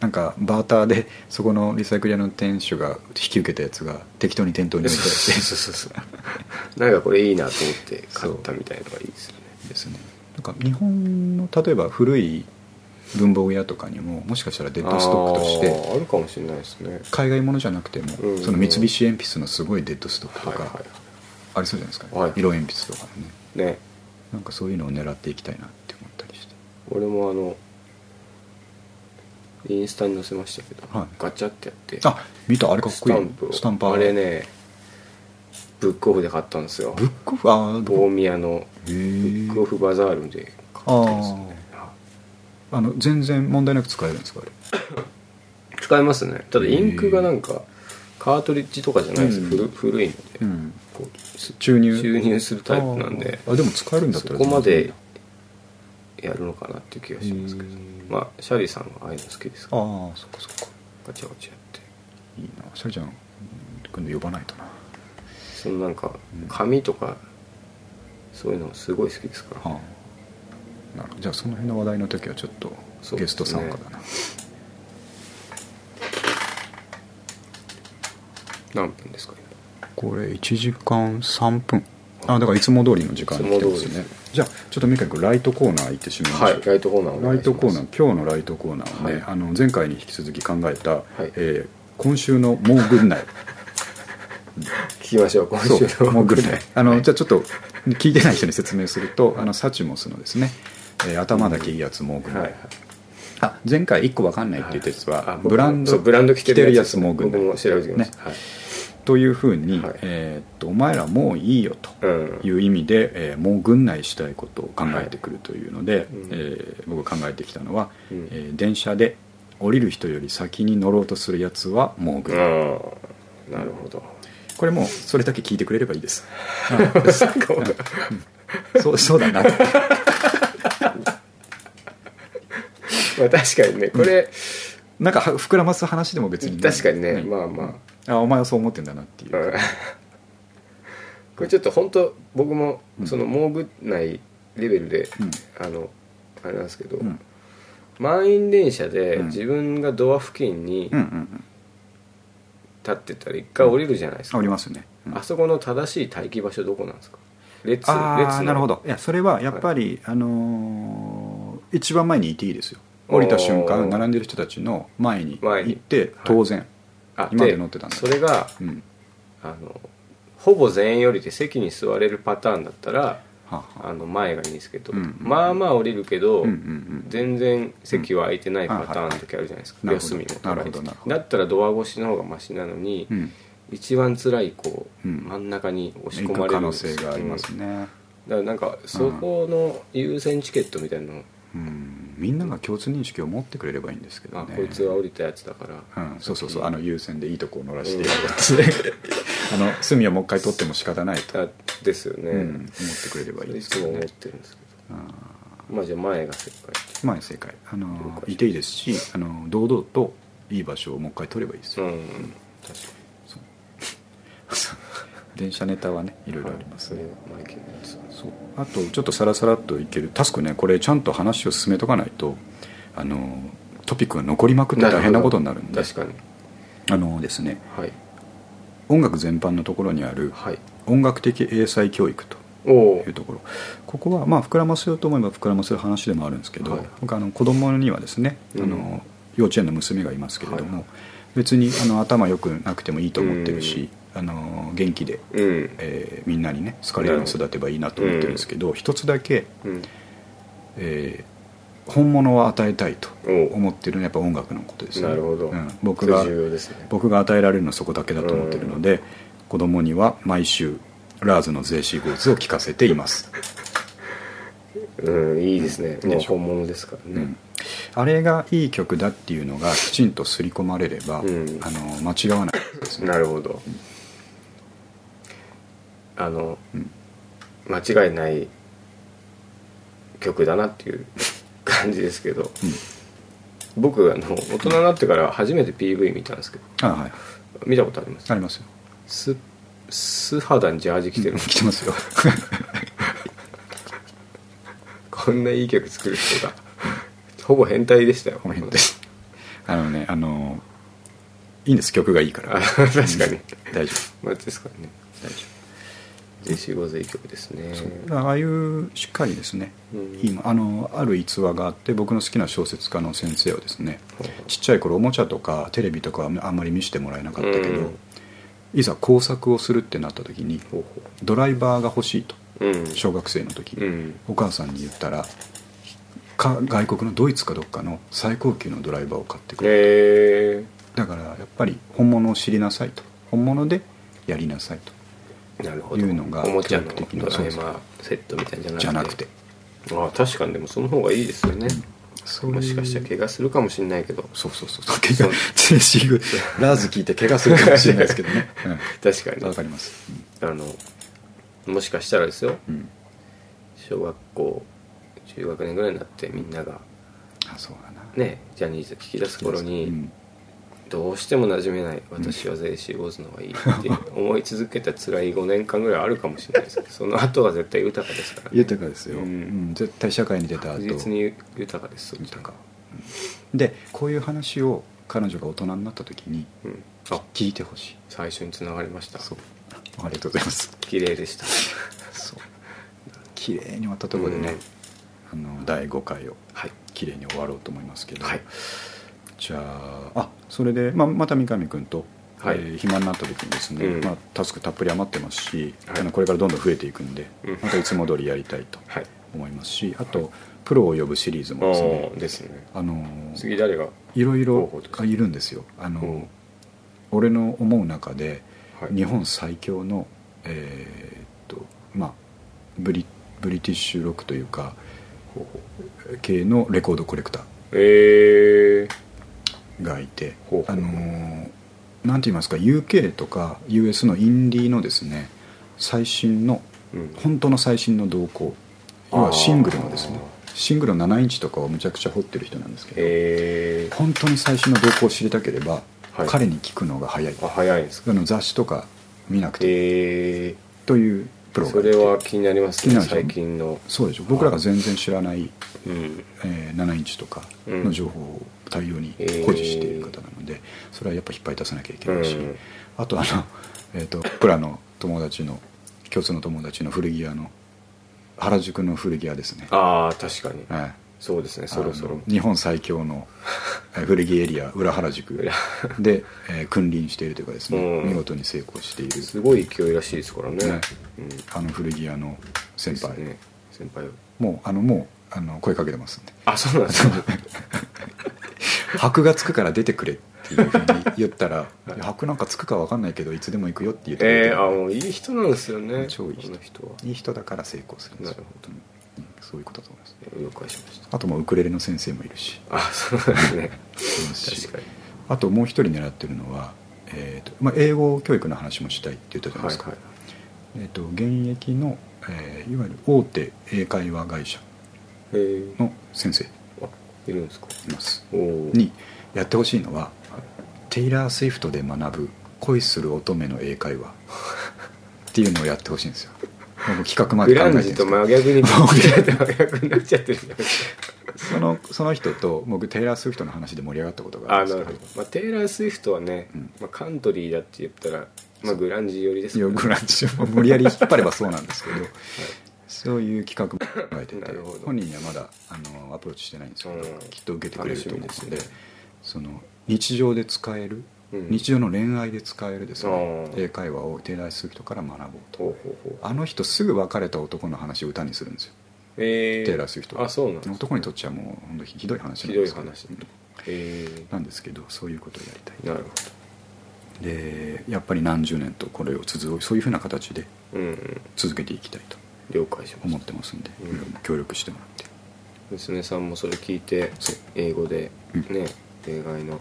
S1: なんかバーターでそこのリサイクル屋の店主が引き受けたやつが適当に店頭に置いてあ
S2: そう
S1: って
S2: そうそうそうなんかこれいいなと思って買ったみたいのがいいですよね
S1: ですねなんか日本の例えば古い文房具屋とかにももしかしたらデッドストックとして
S2: あーあるかもしれないですね
S1: 海外ものじゃなくても、
S2: うん
S1: その三菱鉛筆のすごいデッドストックと
S2: はい
S1: か
S2: は
S1: ありそうじゃないですか、
S2: はい
S1: 色鉛筆とかね
S2: いね
S1: なんかそういうのを狙っていきたいなって思ったりして
S2: 俺もあのインスタに載せましたけど、
S1: はい
S2: ガチャってやって
S1: あ見たあれかっ
S2: ス
S1: こいい
S2: タンプを
S1: スタンパー
S2: あれねブックオフで買ったんですよ
S1: ブックオフああ
S2: 大宮の
S1: へ
S2: ブックオ
S1: え
S2: フバザールで買ったんですよねあ
S1: あの全然問題なく使えるんですかあれ
S2: 使えますねただインクがなんかカートリッジとかじゃないです、
S1: うん
S2: 古古いので、
S1: うん
S2: こうす
S1: 注入
S2: 注入するタイプなんで
S1: あーあでも使えるんだっ
S2: そ
S1: たら
S2: こま
S1: 全然いい
S2: で
S1: な
S2: やるのかなっていう気がしますけど
S1: うん
S2: まあシャリさんはああいうの好きですか
S1: ああそっかそっか
S2: ガチャガチャやって
S1: いいなシャリちゃんうん今度呼ばないとな
S2: そのなんか
S1: うん
S2: 紙とかそういうのすごい好きですから、
S1: はあなるほどじゃあその辺の話題の時はちょっと
S2: そう
S1: ゲ
S2: で
S1: ス
S2: すね
S1: ト参加だな、
S2: 何分ですか今
S1: これ1時間3分あだからいつも通りの時間に来てま
S2: いつ
S1: す
S2: も通り
S1: ね
S2: です
S1: じゃあちょっと三上君ライトコーナー行ってしまいましょう、
S2: はいライトコーナーお
S1: ラ
S2: 願いします
S1: イトコーナー今日のライトコーナーはね、
S2: はい
S1: あの前回に引き続き考えた、
S2: い
S1: えー今週の「もうぐんない」
S2: 聞きましょう今
S1: そ
S2: 週
S1: う
S2: の
S1: もうぐんないあの、
S2: はい
S1: じゃあちょっと聞いてない人に説明するとあのサチモスのですね、えー頭だけいいやつもうぐんない、
S2: はい
S1: あ前回1個わかんないって言ったやつは、
S2: あ
S1: ブラン
S2: そ
S1: ド
S2: うブランド着てるやつ
S1: 着もうぐんな
S2: 僕
S1: い
S2: も調べてきまし
S1: ね
S2: た、はい
S1: というふうに、
S2: はい
S1: えーっとお前らもういいよと
S2: うん
S1: いう意味で、えーもう軍内したいことを考えてくるというので、
S2: うん
S1: えー僕が考えてきたのは、
S2: うん
S1: えー電車で降りる人より先に乗ろうとするやつはもう軍内、
S2: うんなるほど
S1: これもうそれだけ聞いてくれればいいです、
S2: なんかもう
S1: うん そうそうだな
S2: まあ確かにねこれ、
S1: なんかは膨らます話でも別にね
S2: 確かにね、
S1: ね
S2: まあまあ、
S1: あお前はそう思ってんだなっていう、
S2: うんこれちょっと本当僕も
S1: うん
S2: そのモーグ内レベルで、
S1: うん
S2: あのあれなんですけど、
S1: うん
S2: 満員電車で
S1: うん
S2: 自分がドア付近に
S1: うんうんうん
S2: 立ってたら一回降りるじゃないです
S1: あ
S2: か、
S1: おりますね、うん
S2: あそこの正しい待機場所どこなんですか列
S1: あ
S2: 列
S1: あ
S2: の
S1: なるほどいやそれはやっぱり、あのー一番前にいていいですよ降りた瞬
S2: お
S1: 間
S2: ー
S1: 並んでる人たちの前に
S2: 前に
S1: 行って
S2: い
S1: 当然、
S2: あ
S1: 今まで乗ってたんだ
S2: それが
S1: うん
S2: あのほぼ全員降りて席に座れるパターンだったら
S1: はあはあ
S2: あの前がいいんですけど、
S1: うん
S2: まあまあ降りるけど、
S1: うんうんうん
S2: 全然席は空いてないパターンの時あるじゃないですか、
S1: うんあはい
S2: 休みも
S1: なるほどなるほど
S2: だったらドア越しの方がマシなのに、
S1: うん
S2: 一番辛いこう、
S1: うん
S2: 真ん中に押し
S1: 行
S2: 込ま
S1: く
S2: れる
S1: 可
S2: ん
S1: 能
S2: です
S1: 性がありますね
S2: うんだからなんかそこの優先チケットみたいなの
S1: うん、みんなが共通認識を持ってくれればいいんですけど
S2: あ
S1: ね
S2: こいつは降りたやつだから、
S1: うん、そうそうそうあの優先でいいとこを乗らして
S2: うん
S1: やるやつで あの隅をもう一回取っても仕方ないと、
S2: あですよね、
S1: うん、思ってくれればいい
S2: それ
S1: で
S2: い
S1: す
S2: つ
S1: けど
S2: も思
S1: ね
S2: ってるんですけど、まあじゃあ前が正解
S1: まあ正解あ
S2: 了
S1: の
S2: 解
S1: いていいですしあの堂々といい場所をもう一回取ればいいです
S2: う
S1: よ、
S2: ん確か
S1: 電車ネタはねいろい
S2: に
S1: ろあります
S2: そ
S1: ね、
S2: れはマイケルのやつ
S1: そうあとちょっとさらさらっといけるタスクねこれちゃんと話を進めとかないとあのトピックが残りまくって大変なことになるんで
S2: 確かに
S1: あのですね
S2: はい
S1: 音楽全般のところにある
S2: はい
S1: 音楽的英才教育と
S2: おお
S1: いうところここはまあ膨らませようと思えば膨らませる話でもあるんですけど、
S2: はい
S1: 僕あの子供にはですね、
S2: うん
S1: あの幼稚園の娘がいますけれども、
S2: はい
S1: 別にあの頭良くなくてもいいと思ってるし、あの元気で、
S2: うん
S1: えーみんなにね好かれるように育てばいいなと思ってるんですけど、一つだけ、
S2: うん
S1: えー本物を与えたいと
S2: お
S1: 思ってるのはやっぱ音楽のことですね
S2: なるほど、
S1: うん僕が
S2: それ重要ですね
S1: 僕が与えられるのはそこだけだと思ってるので、子供には毎週ラーズの「ゼーシーゴーズ」を聴かせています
S2: うんいいですね、
S1: うん
S2: もう
S1: でしょ
S2: 本物ですから
S1: う
S2: ね
S1: ん、あれがいい曲だっていうのがきちんと刷り込まれれば、
S2: うん
S1: あの間違わないですね
S2: なるほど、あの、
S1: うん
S2: 間違いない曲だなっ ていう感じですけど、僕あの大人になってから初めて PV 見たんですけど
S1: あはい
S2: 見たことあります
S1: ありますよ
S2: 素素肌にジャージ着てる、
S1: 来てますよ
S2: こんないい曲作る人がほぼ変態でしたよ
S1: ごめんなさいあのねあのいいんです曲がいいから
S2: あ確かに
S1: うん大丈
S2: まあですからね
S1: 夫大丈
S2: ジェシー・ゴーズいい曲ですね
S1: 夫だからああいうしっかりですね、
S2: うん
S1: 今あのある逸話があって僕の好きな小説家の先生はですね
S2: ほうほ
S1: ちっちゃい頃おもちゃとかテレビとかはあんまり見せてもらえなかったけど、
S2: うん
S1: いざ工作をするってなった時に
S2: ほうほ
S1: ドライバーが欲しいと
S2: ううん
S1: 小学生の時、
S2: うん
S1: お母さんに言ったらか外国のドイツかどっかの最高級のドライバーを買ってくれ、
S2: え
S1: だからやっぱり本物を知りなさいと本物でやりなさいと
S2: ー、なるほど
S1: いうのが
S2: おもちゃの
S1: 教
S2: ド
S1: 育的な
S2: ライバーセットみたいなん
S1: じ
S2: じ
S1: ゃ
S2: ゃ
S1: な
S2: な
S1: く
S2: く
S1: て
S2: てああ確かにでもその方がいいですよね
S1: そういう
S2: もしかしたら怪我するかもしれないけど
S1: そうそうそうそう怪我精神具ラーズ聞いて怪我するかもしれないですけどね
S2: 確か
S1: うん
S2: に
S1: わ、かります、
S2: あのもしかしたらですよ
S1: うんうん、
S2: 小学校中学年ぐらいになってみんなが
S1: あそうだな
S2: ねジャニーズ聞き出す頃に、
S1: うん
S2: どうしても馴染めない私はゼイシー・ゴーズの方がいいって思い続けた辛い5年間ぐらいあるかもしれないですけどその後は絶対 豊かですから、ね、
S1: 豊かですよ、
S2: うん
S1: うん絶対社会に出た後
S2: 確実に豊かです
S1: 豊か、うんでこういう話を彼女が大人になった時に
S2: うん、
S1: あ聞いてほしい
S2: 最初に繋がりました
S1: そうありがとうございます
S2: 綺麗でした
S1: そう綺麗に終わったところでね、あの第5回を
S2: はい
S1: 綺麗に終わろうと思いますけど、
S2: はい
S1: じゃああそれで、まあ、また三上君と、
S2: はい
S1: えー暇になった時にですね、
S2: うん
S1: まあ、タスクたっぷり余ってますし、
S2: はい
S1: あのこれからどんどん増えていくんで、
S2: うん
S1: またいつも通りやりたいと
S2: はい
S1: 思いますしあと、プロを呼ぶシリーズもですね
S2: おですね
S1: あの
S2: 次誰がはい
S1: ろい
S2: 候
S1: ろ
S2: 補です
S1: いるんですよあの、
S2: うん
S1: 俺の思う中で
S2: い
S1: 日本最強のえーっとまあブリブリティッシュロックというか系のレコードコレクタ
S2: えー、
S1: ーがいて
S2: ほうほ
S1: あ
S2: う
S1: のーなんて言いますか UK とか US のインディーのですね最新の
S2: うん
S1: 本当の最新の動向要はシングルのですねシングルの7インチとかをむちゃくちゃ掘ってる人なんですけど、
S2: え
S1: 本当に最新の動向を知りたければ、
S2: はい
S1: 彼に聞くのが早い
S2: ー、あ早いんですか
S1: あの雑誌とか見なくて
S2: え
S1: というプ
S2: ー、
S1: ロが
S2: それは気になります
S1: 気に
S2: ね
S1: なるでしょ
S2: 最近の
S1: そうでしょ僕らが全然知らない、
S2: うん
S1: えー7インチとかの情報を大量に保持している方なので、それはやっぱ引っ張り出さなきゃいけないし、
S2: うん
S1: あとあの、 えー、と僕らの友達の共通の友達の古着屋の原宿の古着屋ですね、
S2: ああ確かに
S1: はい
S2: そうですねそろそ
S1: あ
S2: ろ
S1: の日本最強の えー古着エリア裏原宿
S2: 裏
S1: で、えー君臨しているというかですね、
S2: うん
S1: 見事に成功している
S2: すごい勢いらしいですからね
S1: ね
S2: うん、先
S1: あの古着屋の先輩、
S2: ね先輩を
S1: もうあのもうあの声かけてますんで
S2: あそうなんですか
S1: 箔がつくから出てくれっていうふうに言った ら「いや箔なんかつくか分かんないけどいつでも行くよ」って言ってくれて
S2: えー、あもういい人なんですよね
S1: 超いい人
S2: この人はい
S1: い人だから成功するんですよ
S2: なるほど
S1: うんそういうことだと思います
S2: 了解しました
S1: あともうウクレレの先生もいるし
S2: あそうなんですね
S1: いますし
S2: 確かに
S1: あともう一人狙ってるのは、えーとまあ、英語教育の話もしたいって言ったじゃないですか、
S2: はい
S1: えー、と現役の、えーいわゆる大手英会話会社
S2: へえ
S1: の先生い
S2: あいるんですか
S1: ます
S2: おお
S1: にやってほしいのはテイラー・スウィフトで学ぶ恋する乙女の英会話っていうのをやってほしいんですよもう企画ま
S2: グ
S1: で考
S2: ラ
S1: えてるんです
S2: ンジ
S1: け
S2: と
S1: ど
S2: 真逆に真逆になっちゃってるじゃないですか
S1: そのその人と僕テイラー・スウィフトの話で盛り上がったことがあ
S2: あ
S1: るんで
S2: な
S1: すけ
S2: るほ
S1: ど
S2: ど、まあ、テイラー・スウィフトはね、
S1: うん
S2: まあ、カントリーだって言ったら、まあ、グランジ寄りです
S1: いや
S2: よね
S1: グランジを無理やり引っ張ればそうなんですけど、そういう企画も考えて
S2: な
S1: て
S2: るほど
S1: 本人にはまだあのアプローチしてないんですけど、
S2: うん
S1: きっと受けてくれると思う
S2: 楽し
S1: の
S2: み
S1: で
S2: ですね
S1: その日常で使える、
S2: うん
S1: 日常の恋愛で使えるですね
S2: あー
S1: 英会話を停滞する人から学ぼうと
S2: ほうほうほう
S1: あの人すぐ別れた男の話を歌にするんですよ、
S2: えー、
S1: テイラー・スウィフトは
S2: あそうなんです
S1: 男にとっちゃもう本当ひどい話なん
S2: ひど
S1: で
S2: い
S1: すけど
S2: 話ねえ
S1: なんですけどそういうことをやりたい
S2: ー、なる
S1: でやっぱり何十年とこれを続そういうふうな形で
S2: ほどうんうん
S1: 続けていきたいと
S2: 了解しま
S1: 思っ
S2: して
S1: ますんで、
S2: うん
S1: 協力してもらって
S2: た娘さんもそれ聞いて
S1: そう
S2: 英語で
S1: うん
S2: ね恋愛の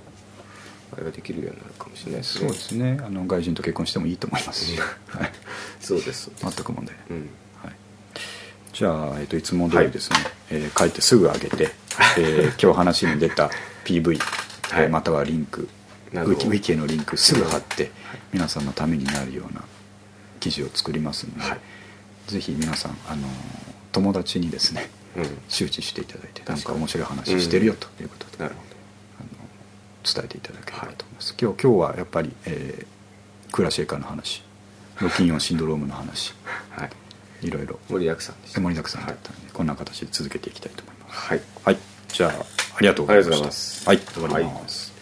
S2: あれができるようになるかもしれないです
S1: そう
S2: ね
S1: ですねあの外人と結婚してもいいと思いますし、はい、
S2: そうですそうです
S1: 全く問題ない、
S2: うん
S1: はい、じゃあ、えっといつも通りですね、えー帰ってすぐ上げて、え ー今日話に出た PV、
S2: は
S1: え
S2: い
S1: ーまたはリンクウ
S2: なるほど
S1: ィキウィキへのリンクすぐ貼って、皆さんのためになるような記事を作りますので、
S2: はい
S1: ぜひ皆さんあの友達にですね
S2: うん
S1: 周知していただいて
S2: か
S1: な
S2: に
S1: んか面白い話してるよということで、
S2: なるほ
S1: あの伝えていただければと思います、今日今日はやっぱり、えークーラシェイカーの話ロキンオンシンドロームの話
S2: どはい
S1: いろいろ
S2: 盛りだくさんでした
S1: 盛りだくさんだったので、こんな形で続けていきたいと思います
S2: はい
S1: はいじゃあありがとうございました
S2: ありがとうござい
S1: はい終
S2: ますはい
S1: わります、